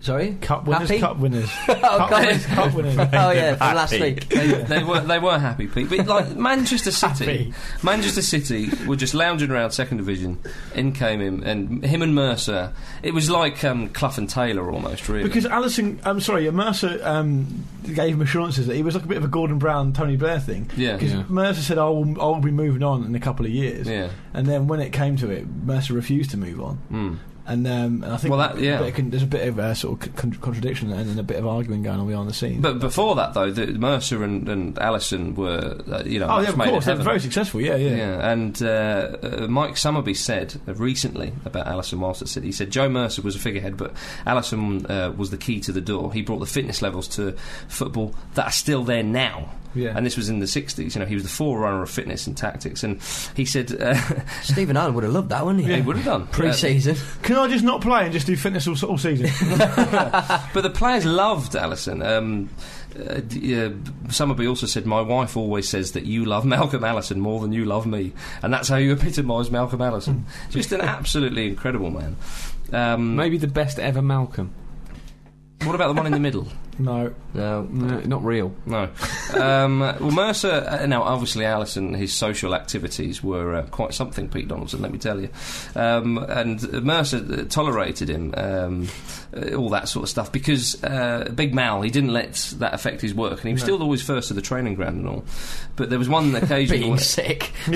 Speaker 2: Sorry?
Speaker 3: cup winners.
Speaker 2: Happy?
Speaker 3: Cup winners.
Speaker 2: oh,
Speaker 3: cup
Speaker 2: God.
Speaker 3: winners. Cup winners.
Speaker 2: Oh, yeah, from last week.
Speaker 1: They, they were they were happy, Pete. But like Manchester City,
Speaker 3: Happy.
Speaker 1: Manchester City were just lounging around second division. In came him and him and Mercer. It was like um, Clough and Taylor almost, really.
Speaker 3: Because Allison, I'm sorry, Mercer um, gave him assurances that he was like a bit of a Gordon Brown, Tony Blair thing.
Speaker 1: yeah,
Speaker 3: Because
Speaker 4: Yeah.
Speaker 3: Mercer said, "I'll I'll be moving on in a couple of years,"
Speaker 1: yeah.
Speaker 3: and then when it came to it, Mercer refused to move on,
Speaker 1: Mm.
Speaker 3: and, um, and I think
Speaker 1: Well, that- yeah.
Speaker 3: a bit of con- there's a bit of uh, sort of con- contradiction and, and a bit of arguing going on behind the scenes.
Speaker 1: But before that, though, the, Mercer and, and Allison were, uh, you know,
Speaker 3: oh,
Speaker 1: match
Speaker 3: yeah, of
Speaker 1: made in
Speaker 3: course, they're
Speaker 1: heaven.
Speaker 3: very successful. Yeah, yeah.
Speaker 1: Yeah. and uh, uh, Mike Summerby said uh, recently about Alison whilst at City. He said Joe Mercer was a figurehead, but Alison uh, was the key to the door. He brought the fitness levels to football that are still there now.
Speaker 3: Yeah.
Speaker 1: And this was in the 60s. You know, he was the forerunner of fitness and tactics. And he said uh,
Speaker 2: Stephen Allen would have loved that, wouldn't he?
Speaker 1: he would have done.
Speaker 2: Pre
Speaker 1: Uh,
Speaker 2: season.
Speaker 3: Can I just not play and just do fitness all, all season?
Speaker 1: But the players loved Allison. Um, uh, d- uh, Summerby also said, "My wife always says that you love Malcolm Allison more than you love me, and that's how you epitomise Malcolm Allison. Just an absolutely incredible man." Um,
Speaker 4: Maybe the best ever Malcolm.
Speaker 1: What about the one in the middle?
Speaker 3: no,
Speaker 1: No.
Speaker 4: No, not real.
Speaker 1: No. Um, well, Mercer, uh, now obviously Allison, his social activities were uh, quite something, Pete Donaldson, let me tell you. Um, and Mercer uh, tolerated him, um, uh, all that sort of stuff, because uh, Big Mal, he didn't let that affect his work, and he was still always first to the training ground and all. But there was one occasion.
Speaker 2: Being
Speaker 1: where-
Speaker 2: sick.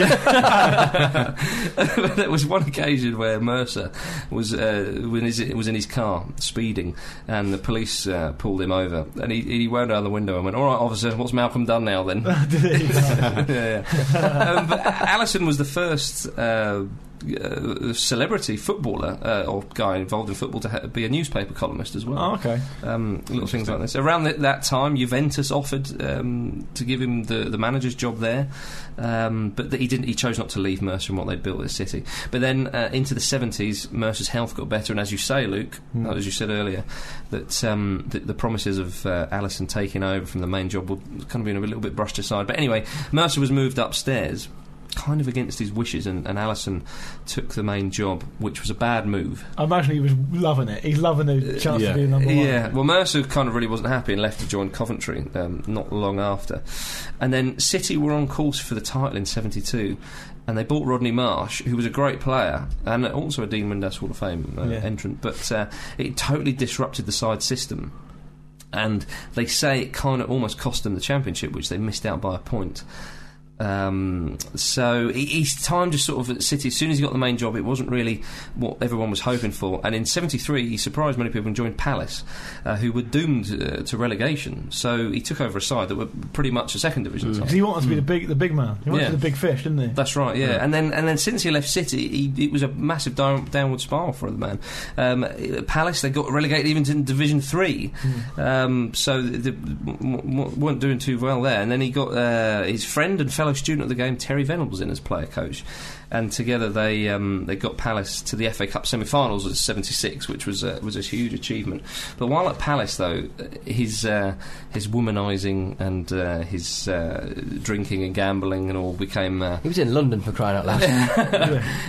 Speaker 1: there was one occasion where Mercer was uh, when his, was in his car speeding, and the police uh, pulled him over, and he he wound down the window and went, "All right, officer, what's Malcolm done now then?" yeah, yeah. Um, but Allison was the first. Uh, uh, celebrity footballer uh, or guy involved in football to ha- be a newspaper columnist as well
Speaker 3: oh, okay.
Speaker 1: um, little things like this. Around th- that time, Juventus offered um, to give him the, the manager's job there, um, but th- he didn't. He chose not to leave Mercer and what they'd built at City. But then uh, into the seventies, Mercer's health got better, and as you say, Luke,
Speaker 3: Hmm.
Speaker 1: uh, as you said earlier, that um, the, the promises of uh, Allison taking over from the main job were kind of being a little bit brushed aside. But anyway, Mercer was moved upstairs. Kind of against his wishes, and, and Allison took the main job, which was a bad move.
Speaker 3: I imagine he was loving it. He's loving the chance
Speaker 4: yeah.
Speaker 3: to be number one.
Speaker 1: Uh, Yeah, well, Mercer kind of really wasn't happy and left to join Coventry um, not long after. And then City were on course for the title in 72, and they bought Rodney Marsh, who was a great player and also a Dean Windass Hall of Fame uh,
Speaker 3: Yeah.
Speaker 1: entrant, but uh, it totally disrupted the side system. And they say it kind of almost cost them the championship, which they missed out by a point. Um, so he- his time just sort of at City, as soon as he got the main job, it wasn't really what everyone was hoping for. And in 73, he surprised many people and joined Palace, uh, who were doomed uh, to relegation. So he took over a side that were pretty much a second division side.
Speaker 3: 'Cause he wanted to be the big, the big man. He wanted
Speaker 1: Yeah.
Speaker 3: to be the big fish, didn't he?
Speaker 1: That's right, yeah. And then and then since he left City, he, it was a massive down, downward spiral for the man. Um, Palace they got relegated even to Division Three, um, so they, they w- w- weren't doing too well there. And then he got uh, his friend and fellow fellow student of the game, Terry Venables, in as player coach. And together they um, they got Palace to the FA Cup semi finals at 76, which was a, was a huge achievement. But while at Palace, though, his, uh, his womanising and uh, his uh, drinking and gambling and all became. Uh,
Speaker 2: He was in London for crying out loud.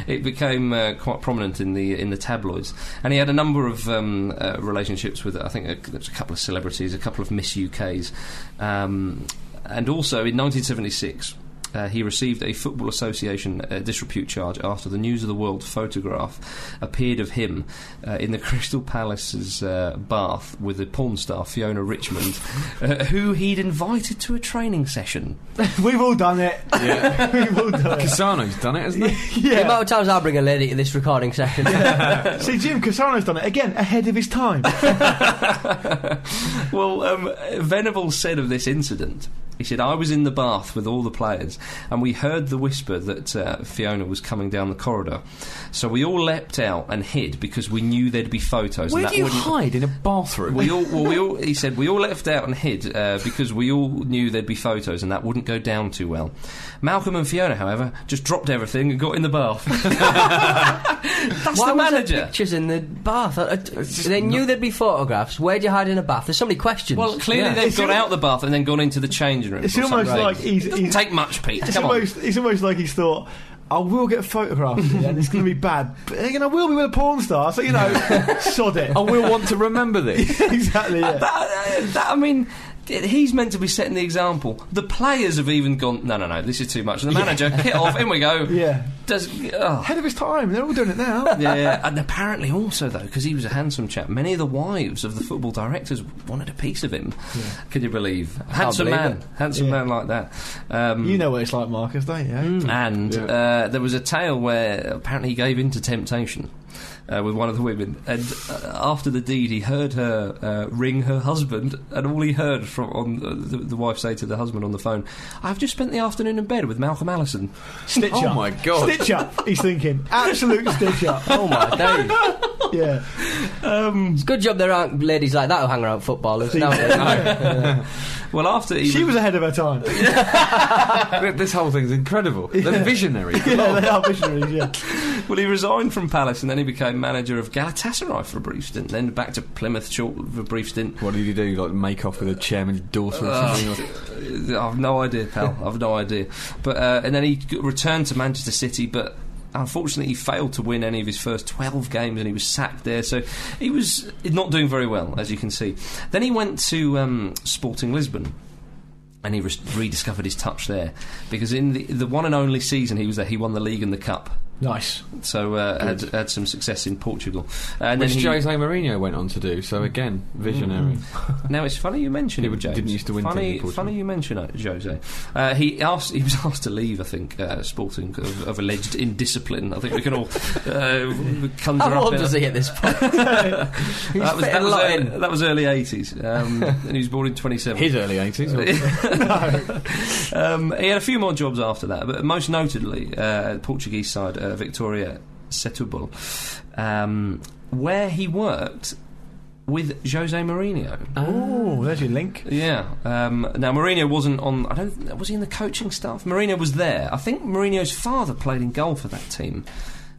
Speaker 1: it became uh, quite prominent in the in the tabloids, and he had a number of um, uh, relationships with I think a, there was a couple of celebrities, a couple of Miss UKs, um, and also in 1976. Uh, he received a Football Association uh, disrepute charge after the News of the World photograph appeared of him uh, in the Crystal Palace's uh, bath with the porn star Fiona Richmond, uh, who he'd invited to a training session.
Speaker 3: We've all done it.
Speaker 4: Yeah.
Speaker 3: We've all done it.
Speaker 4: Cassano's done it, hasn't he?
Speaker 2: The
Speaker 3: Yeah.
Speaker 2: amount of times I bring a lady to this recording session.
Speaker 3: See, Jim Cassano's done it again, ahead of his time.
Speaker 1: well, um, Venables said of this incident, he said, I was in the bath with all the players, and we heard the whisper that uh, Fiona was coming down the corridor. So we all leapt out and hid because we knew there'd be photos. and that wouldn't-
Speaker 4: hide in a bathroom?
Speaker 1: we all, well, we all, he said, we all left out and hid uh, because we all knew there'd be photos and that wouldn't go down too well. Malcolm and Fiona, however, just dropped everything and got in the bath. That's
Speaker 2: Why
Speaker 1: the
Speaker 2: was there
Speaker 1: manager.
Speaker 2: pictures in the bath? I- I- They knew there'd be photographs. Where'd you hide in a bath? There's so many questions.
Speaker 1: Well, clearly
Speaker 3: Yeah.
Speaker 1: they've
Speaker 3: It's
Speaker 1: got
Speaker 3: al-
Speaker 1: out the bath and then gone into the changing room.
Speaker 3: It's
Speaker 1: or
Speaker 3: almost
Speaker 1: something.
Speaker 3: like he's-
Speaker 1: It doesn't
Speaker 3: he's-
Speaker 1: take much, Pete.
Speaker 3: It's
Speaker 1: Come on.
Speaker 3: almost, it's almost like he's thought, I will get photographed, and it's going to be bad. But again, I will be with a porn star, so you know, sod it.
Speaker 4: I will want to remember this.
Speaker 3: exactly. Yeah.
Speaker 1: That, uh, that- I mean, th- he's meant to be setting the example. The players have even gone, no, no, no, this is too much. And the manager, get off, in we go.
Speaker 3: yeah.
Speaker 1: Does, oh.
Speaker 3: Ahead of his time. They're all doing it now.
Speaker 1: Yeah, and apparently also though, because he was a handsome chap, many of the wives of the football directors wanted a piece of him. Can you believe? Handsome
Speaker 2: believe
Speaker 1: man, handsome
Speaker 3: Yeah.
Speaker 1: man like that. Um,
Speaker 3: You know what it's like, Marcus, don't you?
Speaker 1: And uh, there was a tale where apparently he gave in to temptation uh, with one of the women. And uh, after the deed, he heard her uh, ring her husband, and all he heard from on uh, the, the wife say to the husband on the phone, "I've just spent the afternoon in bed with Malcolm Allison."
Speaker 3: Stitch
Speaker 4: Oh
Speaker 3: up.
Speaker 4: my god.
Speaker 3: Stitch up, he's thinking. Absolute stitch up.
Speaker 2: oh my days.
Speaker 3: Yeah.
Speaker 2: It's a good job there aren't ladies like that who hang around footballers.
Speaker 3: See,
Speaker 2: No,
Speaker 1: Well, after he
Speaker 3: She was ahead of her time.
Speaker 4: this whole thing's incredible. They're visionary.
Speaker 3: Yeah, they are visionaries, yeah.
Speaker 1: Well, he resigned from Palace and then he became manager of Galatasaray for a brief stint, then back to Plymouth short for a brief stint.
Speaker 4: What did you do? Like make off with a chairman's daughter or
Speaker 1: Ugh.
Speaker 4: something? Or-
Speaker 1: Uh, I've no idea, pal. I've no idea. But uh, and then he g- returned to Manchester City, but unfortunately he failed to win any of his first 12 games and he was sacked there. So he was not doing very well, as you can see. Then he went to um, Sporting Lisbon. And he res- rediscovered his touch there because in the, the one and only season he was there, he won the league and the cup.
Speaker 3: Nice.
Speaker 1: So uh, had, had some success in Portugal. And
Speaker 4: Which
Speaker 1: then he-
Speaker 4: Jose Mourinho went on to do. So again, visionary.
Speaker 1: Now it's funny you mention
Speaker 4: He
Speaker 1: it. James.
Speaker 4: didn't used to win things
Speaker 1: Funny,
Speaker 4: in Portugal.
Speaker 1: funny you mention it, Jose. Uh, he asked. He was asked to leave. I think uh, Sporting of, of alleged indiscipline. I think we can all uh, conjure
Speaker 2: How
Speaker 1: up.
Speaker 2: old
Speaker 1: in-
Speaker 2: was he at this point? He's
Speaker 1: that was,
Speaker 2: fitting
Speaker 1: that, was
Speaker 2: a lot
Speaker 1: ear-
Speaker 2: in.
Speaker 1: that was early eighties, um, and he was born in twenty seven.
Speaker 4: Mm. His early 80s. or-
Speaker 1: um, he had a few more jobs after that, but most notably, uh, the Portuguese side, uh, Victoria Setúbal, um, where he worked with Jose Mourinho.
Speaker 4: Ah,
Speaker 3: Oh, there's your link.
Speaker 1: Yeah. Um, now Mourinho wasn't on. I don't. Was he in the coaching staff? Mourinho was there. I think Mourinho's father played in goal for that team.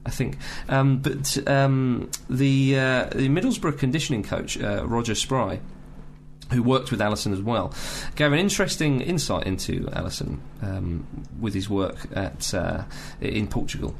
Speaker 1: I think. Um, but um, the uh, the Middlesbrough conditioning coach uh, Roger Spry. Who worked with Allison as well gave an interesting insight into Allison um, with his work at uh, in Portugal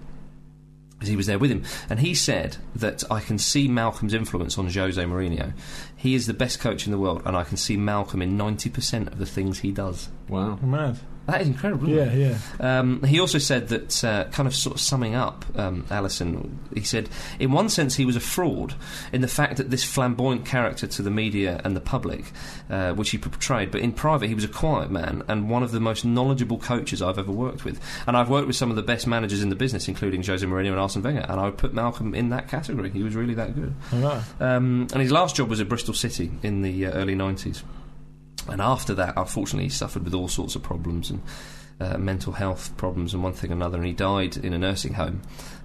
Speaker 1: because he was there with him. And he said that I can see Malcolm's influence on Jose Mourinho. He is the best coach in the world, and I can see Malcolm in 90% of the things he does.
Speaker 4: Wow.
Speaker 3: Mad.
Speaker 1: That is incredible. isn't
Speaker 3: Yeah,
Speaker 1: it?
Speaker 3: yeah.
Speaker 1: Um, he also said that, uh, kind of sort of summing up um, Allison, he said, in one sense, he was a fraud in the fact that this flamboyant character to the media and the public, uh, which he portrayed, but in private, he was a quiet man and one of the most knowledgeable coaches I've ever worked with. And I've worked with some of the best managers in the business, including Jose Mourinho and Arsene Wenger, and I would put Malcolm in that category. He was really that good.
Speaker 3: All right.
Speaker 1: Um, and his last job was at Bristol City in the uh, early 90s. And after that, unfortunately, he suffered with all sorts of problems and uh, mental health problems and one thing or another, and he died in a nursing home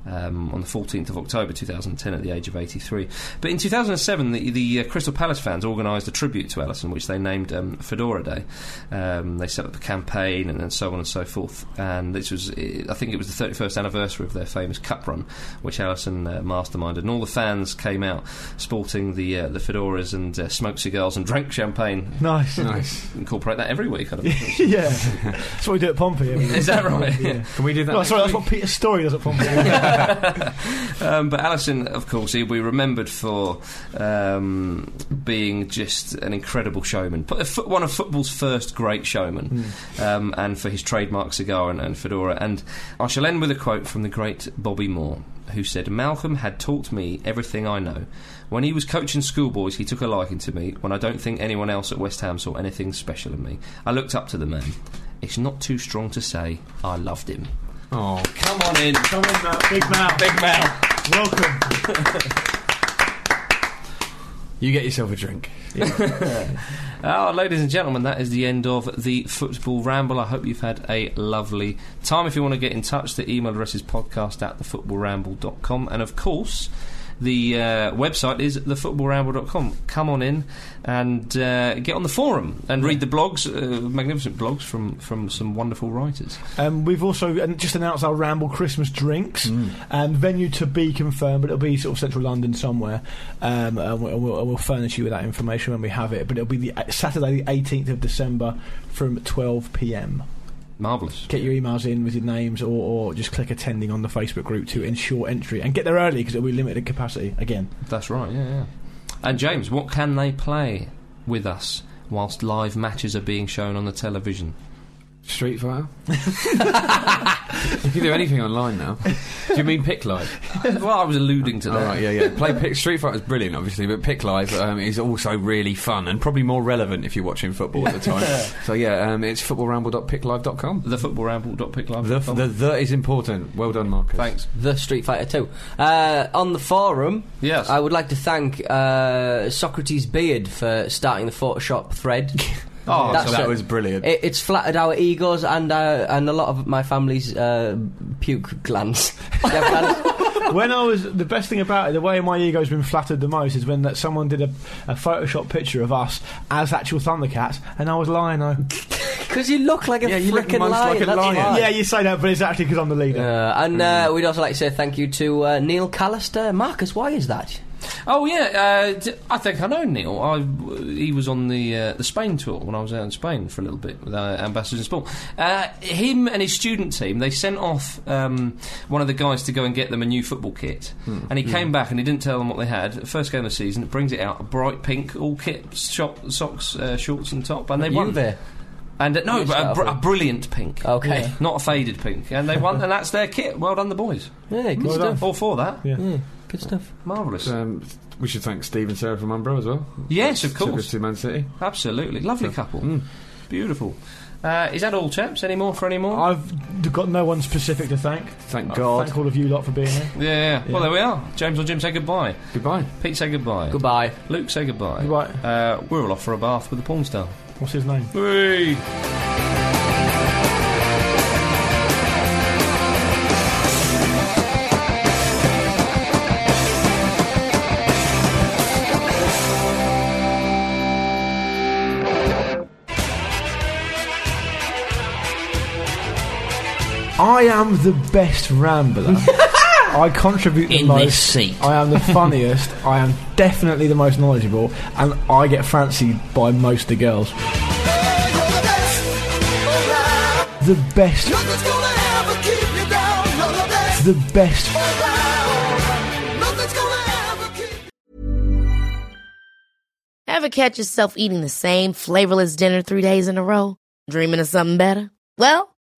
Speaker 1: um, on the 14th of October 2010 at the age of 83. But in 2007, the, the uh, Crystal Palace fans organised a tribute to Ellison, which they named um, Fedora Day. Um, they set up a campaign and, and so on and so forth. And this was, uh, I think it was the 31st anniversary of their famous cup run, which Ellison uh, masterminded. And all the fans came out sporting the uh, the fedoras and uh, smoked cigars and drank champagne.
Speaker 3: Nice.
Speaker 5: Nice.
Speaker 1: Incorporate that every week, I don't know.
Speaker 3: yeah. That's what we do at Pompey. I mean.
Speaker 1: Is that right?
Speaker 3: Yeah.
Speaker 5: Can we
Speaker 4: Oh,
Speaker 5: do that?
Speaker 3: No,
Speaker 5: next
Speaker 3: sorry, that's
Speaker 5: week?
Speaker 3: what Peter Story does at Pompey.
Speaker 1: um, but Alison, of course, he'll be remembered for um, being just an incredible showman, But a fo- one of football's first great showmen, um, and for his trademark cigar and, and fedora. And I shall end with a quote from the great Bobby Moore, who said, Malcolm had taught me everything I know. When he was coaching schoolboys, he took a liking to me when I don't think anyone else at West Ham saw anything special in me. I looked up to the man. It's not too strong to say I loved him.
Speaker 5: Oh,
Speaker 1: Come on in.
Speaker 3: Come in, Matt. Big Mal.
Speaker 1: Big Mel.
Speaker 3: Welcome.
Speaker 5: you get yourself a drink.
Speaker 1: Ah, ladies and gentlemen, that is the end of the Football Ramble. I hope you've had a lovely time. If you want to get in touch, the email address is podcast at thefootballramble.com. And of course, the uh, website is thefootballramble.com. Come on in and uh, get on the forum and read the blogs, uh, magnificent blogs from, from some wonderful writers.
Speaker 3: Um, we've also an- just announced our Ramble Christmas drinks
Speaker 4: Mm.
Speaker 3: and venue to be confirmed, but it'll be sort of central London somewhere. Um, and we'll, we'll, and we'll furnish you with that information when we have it. But it'll be the uh, Saturday, the 18th of December, from 12 p.m.
Speaker 1: Marvellous.
Speaker 3: Get your emails in with your names, or, or just click attending on the Facebook group to ensure entry and get there early because it'll be limited capacity again.
Speaker 1: That's right, yeah, yeah. And James, what can they play with us whilst live matches are being shown on the television?
Speaker 5: Street Fighter. you can do anything online now. Do you mean Pick Live?
Speaker 1: well, I was alluding to
Speaker 5: All
Speaker 1: that.
Speaker 5: right, yeah, yeah. Play Pick Street Fighter is brilliant, obviously, but Pick Live um, is also really fun and probably more relevant if you're watching football at the time. so yeah, um, it's footballramble.picklive.com.
Speaker 1: thefootballramble.picklive.com.
Speaker 5: The, the the is important. Well done, Marcus.
Speaker 1: Oh, Thanks.
Speaker 2: The Street Fighter 2. Uh, on the forum,
Speaker 1: Yes.
Speaker 2: I would like to thank uh, Socrates Beard for starting the Photoshop thread.
Speaker 1: Oh,
Speaker 2: That's
Speaker 5: That
Speaker 2: right.
Speaker 5: was brilliant.
Speaker 2: It, it's flattered our egos and uh, and a lot of my family's uh, puke glands. Their glands.
Speaker 3: when I was the best thing about it, the way my ego's been flattered the most is when that someone did a, a Photoshop picture of us as actual Thundercats, and I was lying. I,
Speaker 2: Because you look like a
Speaker 5: Yeah, you look
Speaker 2: frickin'
Speaker 5: most
Speaker 2: lion.
Speaker 5: like a
Speaker 2: that's
Speaker 5: lion.
Speaker 2: why.
Speaker 3: yeah, you say that, but it's actually because I'm the leader.
Speaker 2: Uh, and uh, we'd also like to say thank you to uh, Neil Callister. Marcus, why is that?
Speaker 1: oh yeah, uh, d- I think I know Neil. I, he was on the uh, the Spain tour when I was out in Spain for a little bit with uh, Ambassadors in Sport. Uh, him and his student team, they sent off um, one of the guys to go and get them a new football kit,
Speaker 5: Hmm.
Speaker 1: and he came back and he didn't tell them what they had. First game of the season, brings it out, bright pink, all kit, shop, socks, uh, shorts, and top, and they won.
Speaker 2: Juve.
Speaker 1: And uh, no,
Speaker 2: Which
Speaker 1: but a, br- a
Speaker 2: outfit?
Speaker 1: brilliant pink,
Speaker 2: Okay.
Speaker 3: Yeah.
Speaker 1: not a faded pink, and they won, and that's their kit. Well done, the boys.
Speaker 2: Yeah, good
Speaker 3: Well done.
Speaker 2: stuff.
Speaker 1: All for that.
Speaker 3: Yeah.
Speaker 2: Yeah, good stuff.
Speaker 1: Marvellous.
Speaker 5: Um, we should thank Steve and Sarah from Umbro as well.
Speaker 1: Yes, of
Speaker 5: Took us
Speaker 1: course.
Speaker 5: to Man City.
Speaker 1: Absolutely. Lovely couple.
Speaker 5: Mm.
Speaker 1: Beautiful. Uh, is that all, chaps? Any more for any more?
Speaker 3: I've got no one specific to thank.
Speaker 5: Thank
Speaker 1: Oh,
Speaker 3: I
Speaker 5: God.
Speaker 3: Thank all of you lot for being here.
Speaker 1: yeah, yeah.
Speaker 3: Yeah.
Speaker 1: Well, there we are. James or Jim say goodbye.
Speaker 5: Goodbye.
Speaker 1: Pete say goodbye.
Speaker 2: Goodbye.
Speaker 1: Luke say goodbye.
Speaker 3: Goodbye.
Speaker 1: Uh, we're all off for a bath with the porn star.
Speaker 3: What's his name?
Speaker 1: Whee!
Speaker 3: I am the best rambler. I contribute the
Speaker 2: In
Speaker 3: most.
Speaker 2: this seat.
Speaker 3: I am the funniest. I am definitely the most knowledgeable, and I get fancied by most of the girls. The best, the best.
Speaker 6: Ever catch yourself eating the same flavorless dinner three days in a row? Dreaming of something better? Well,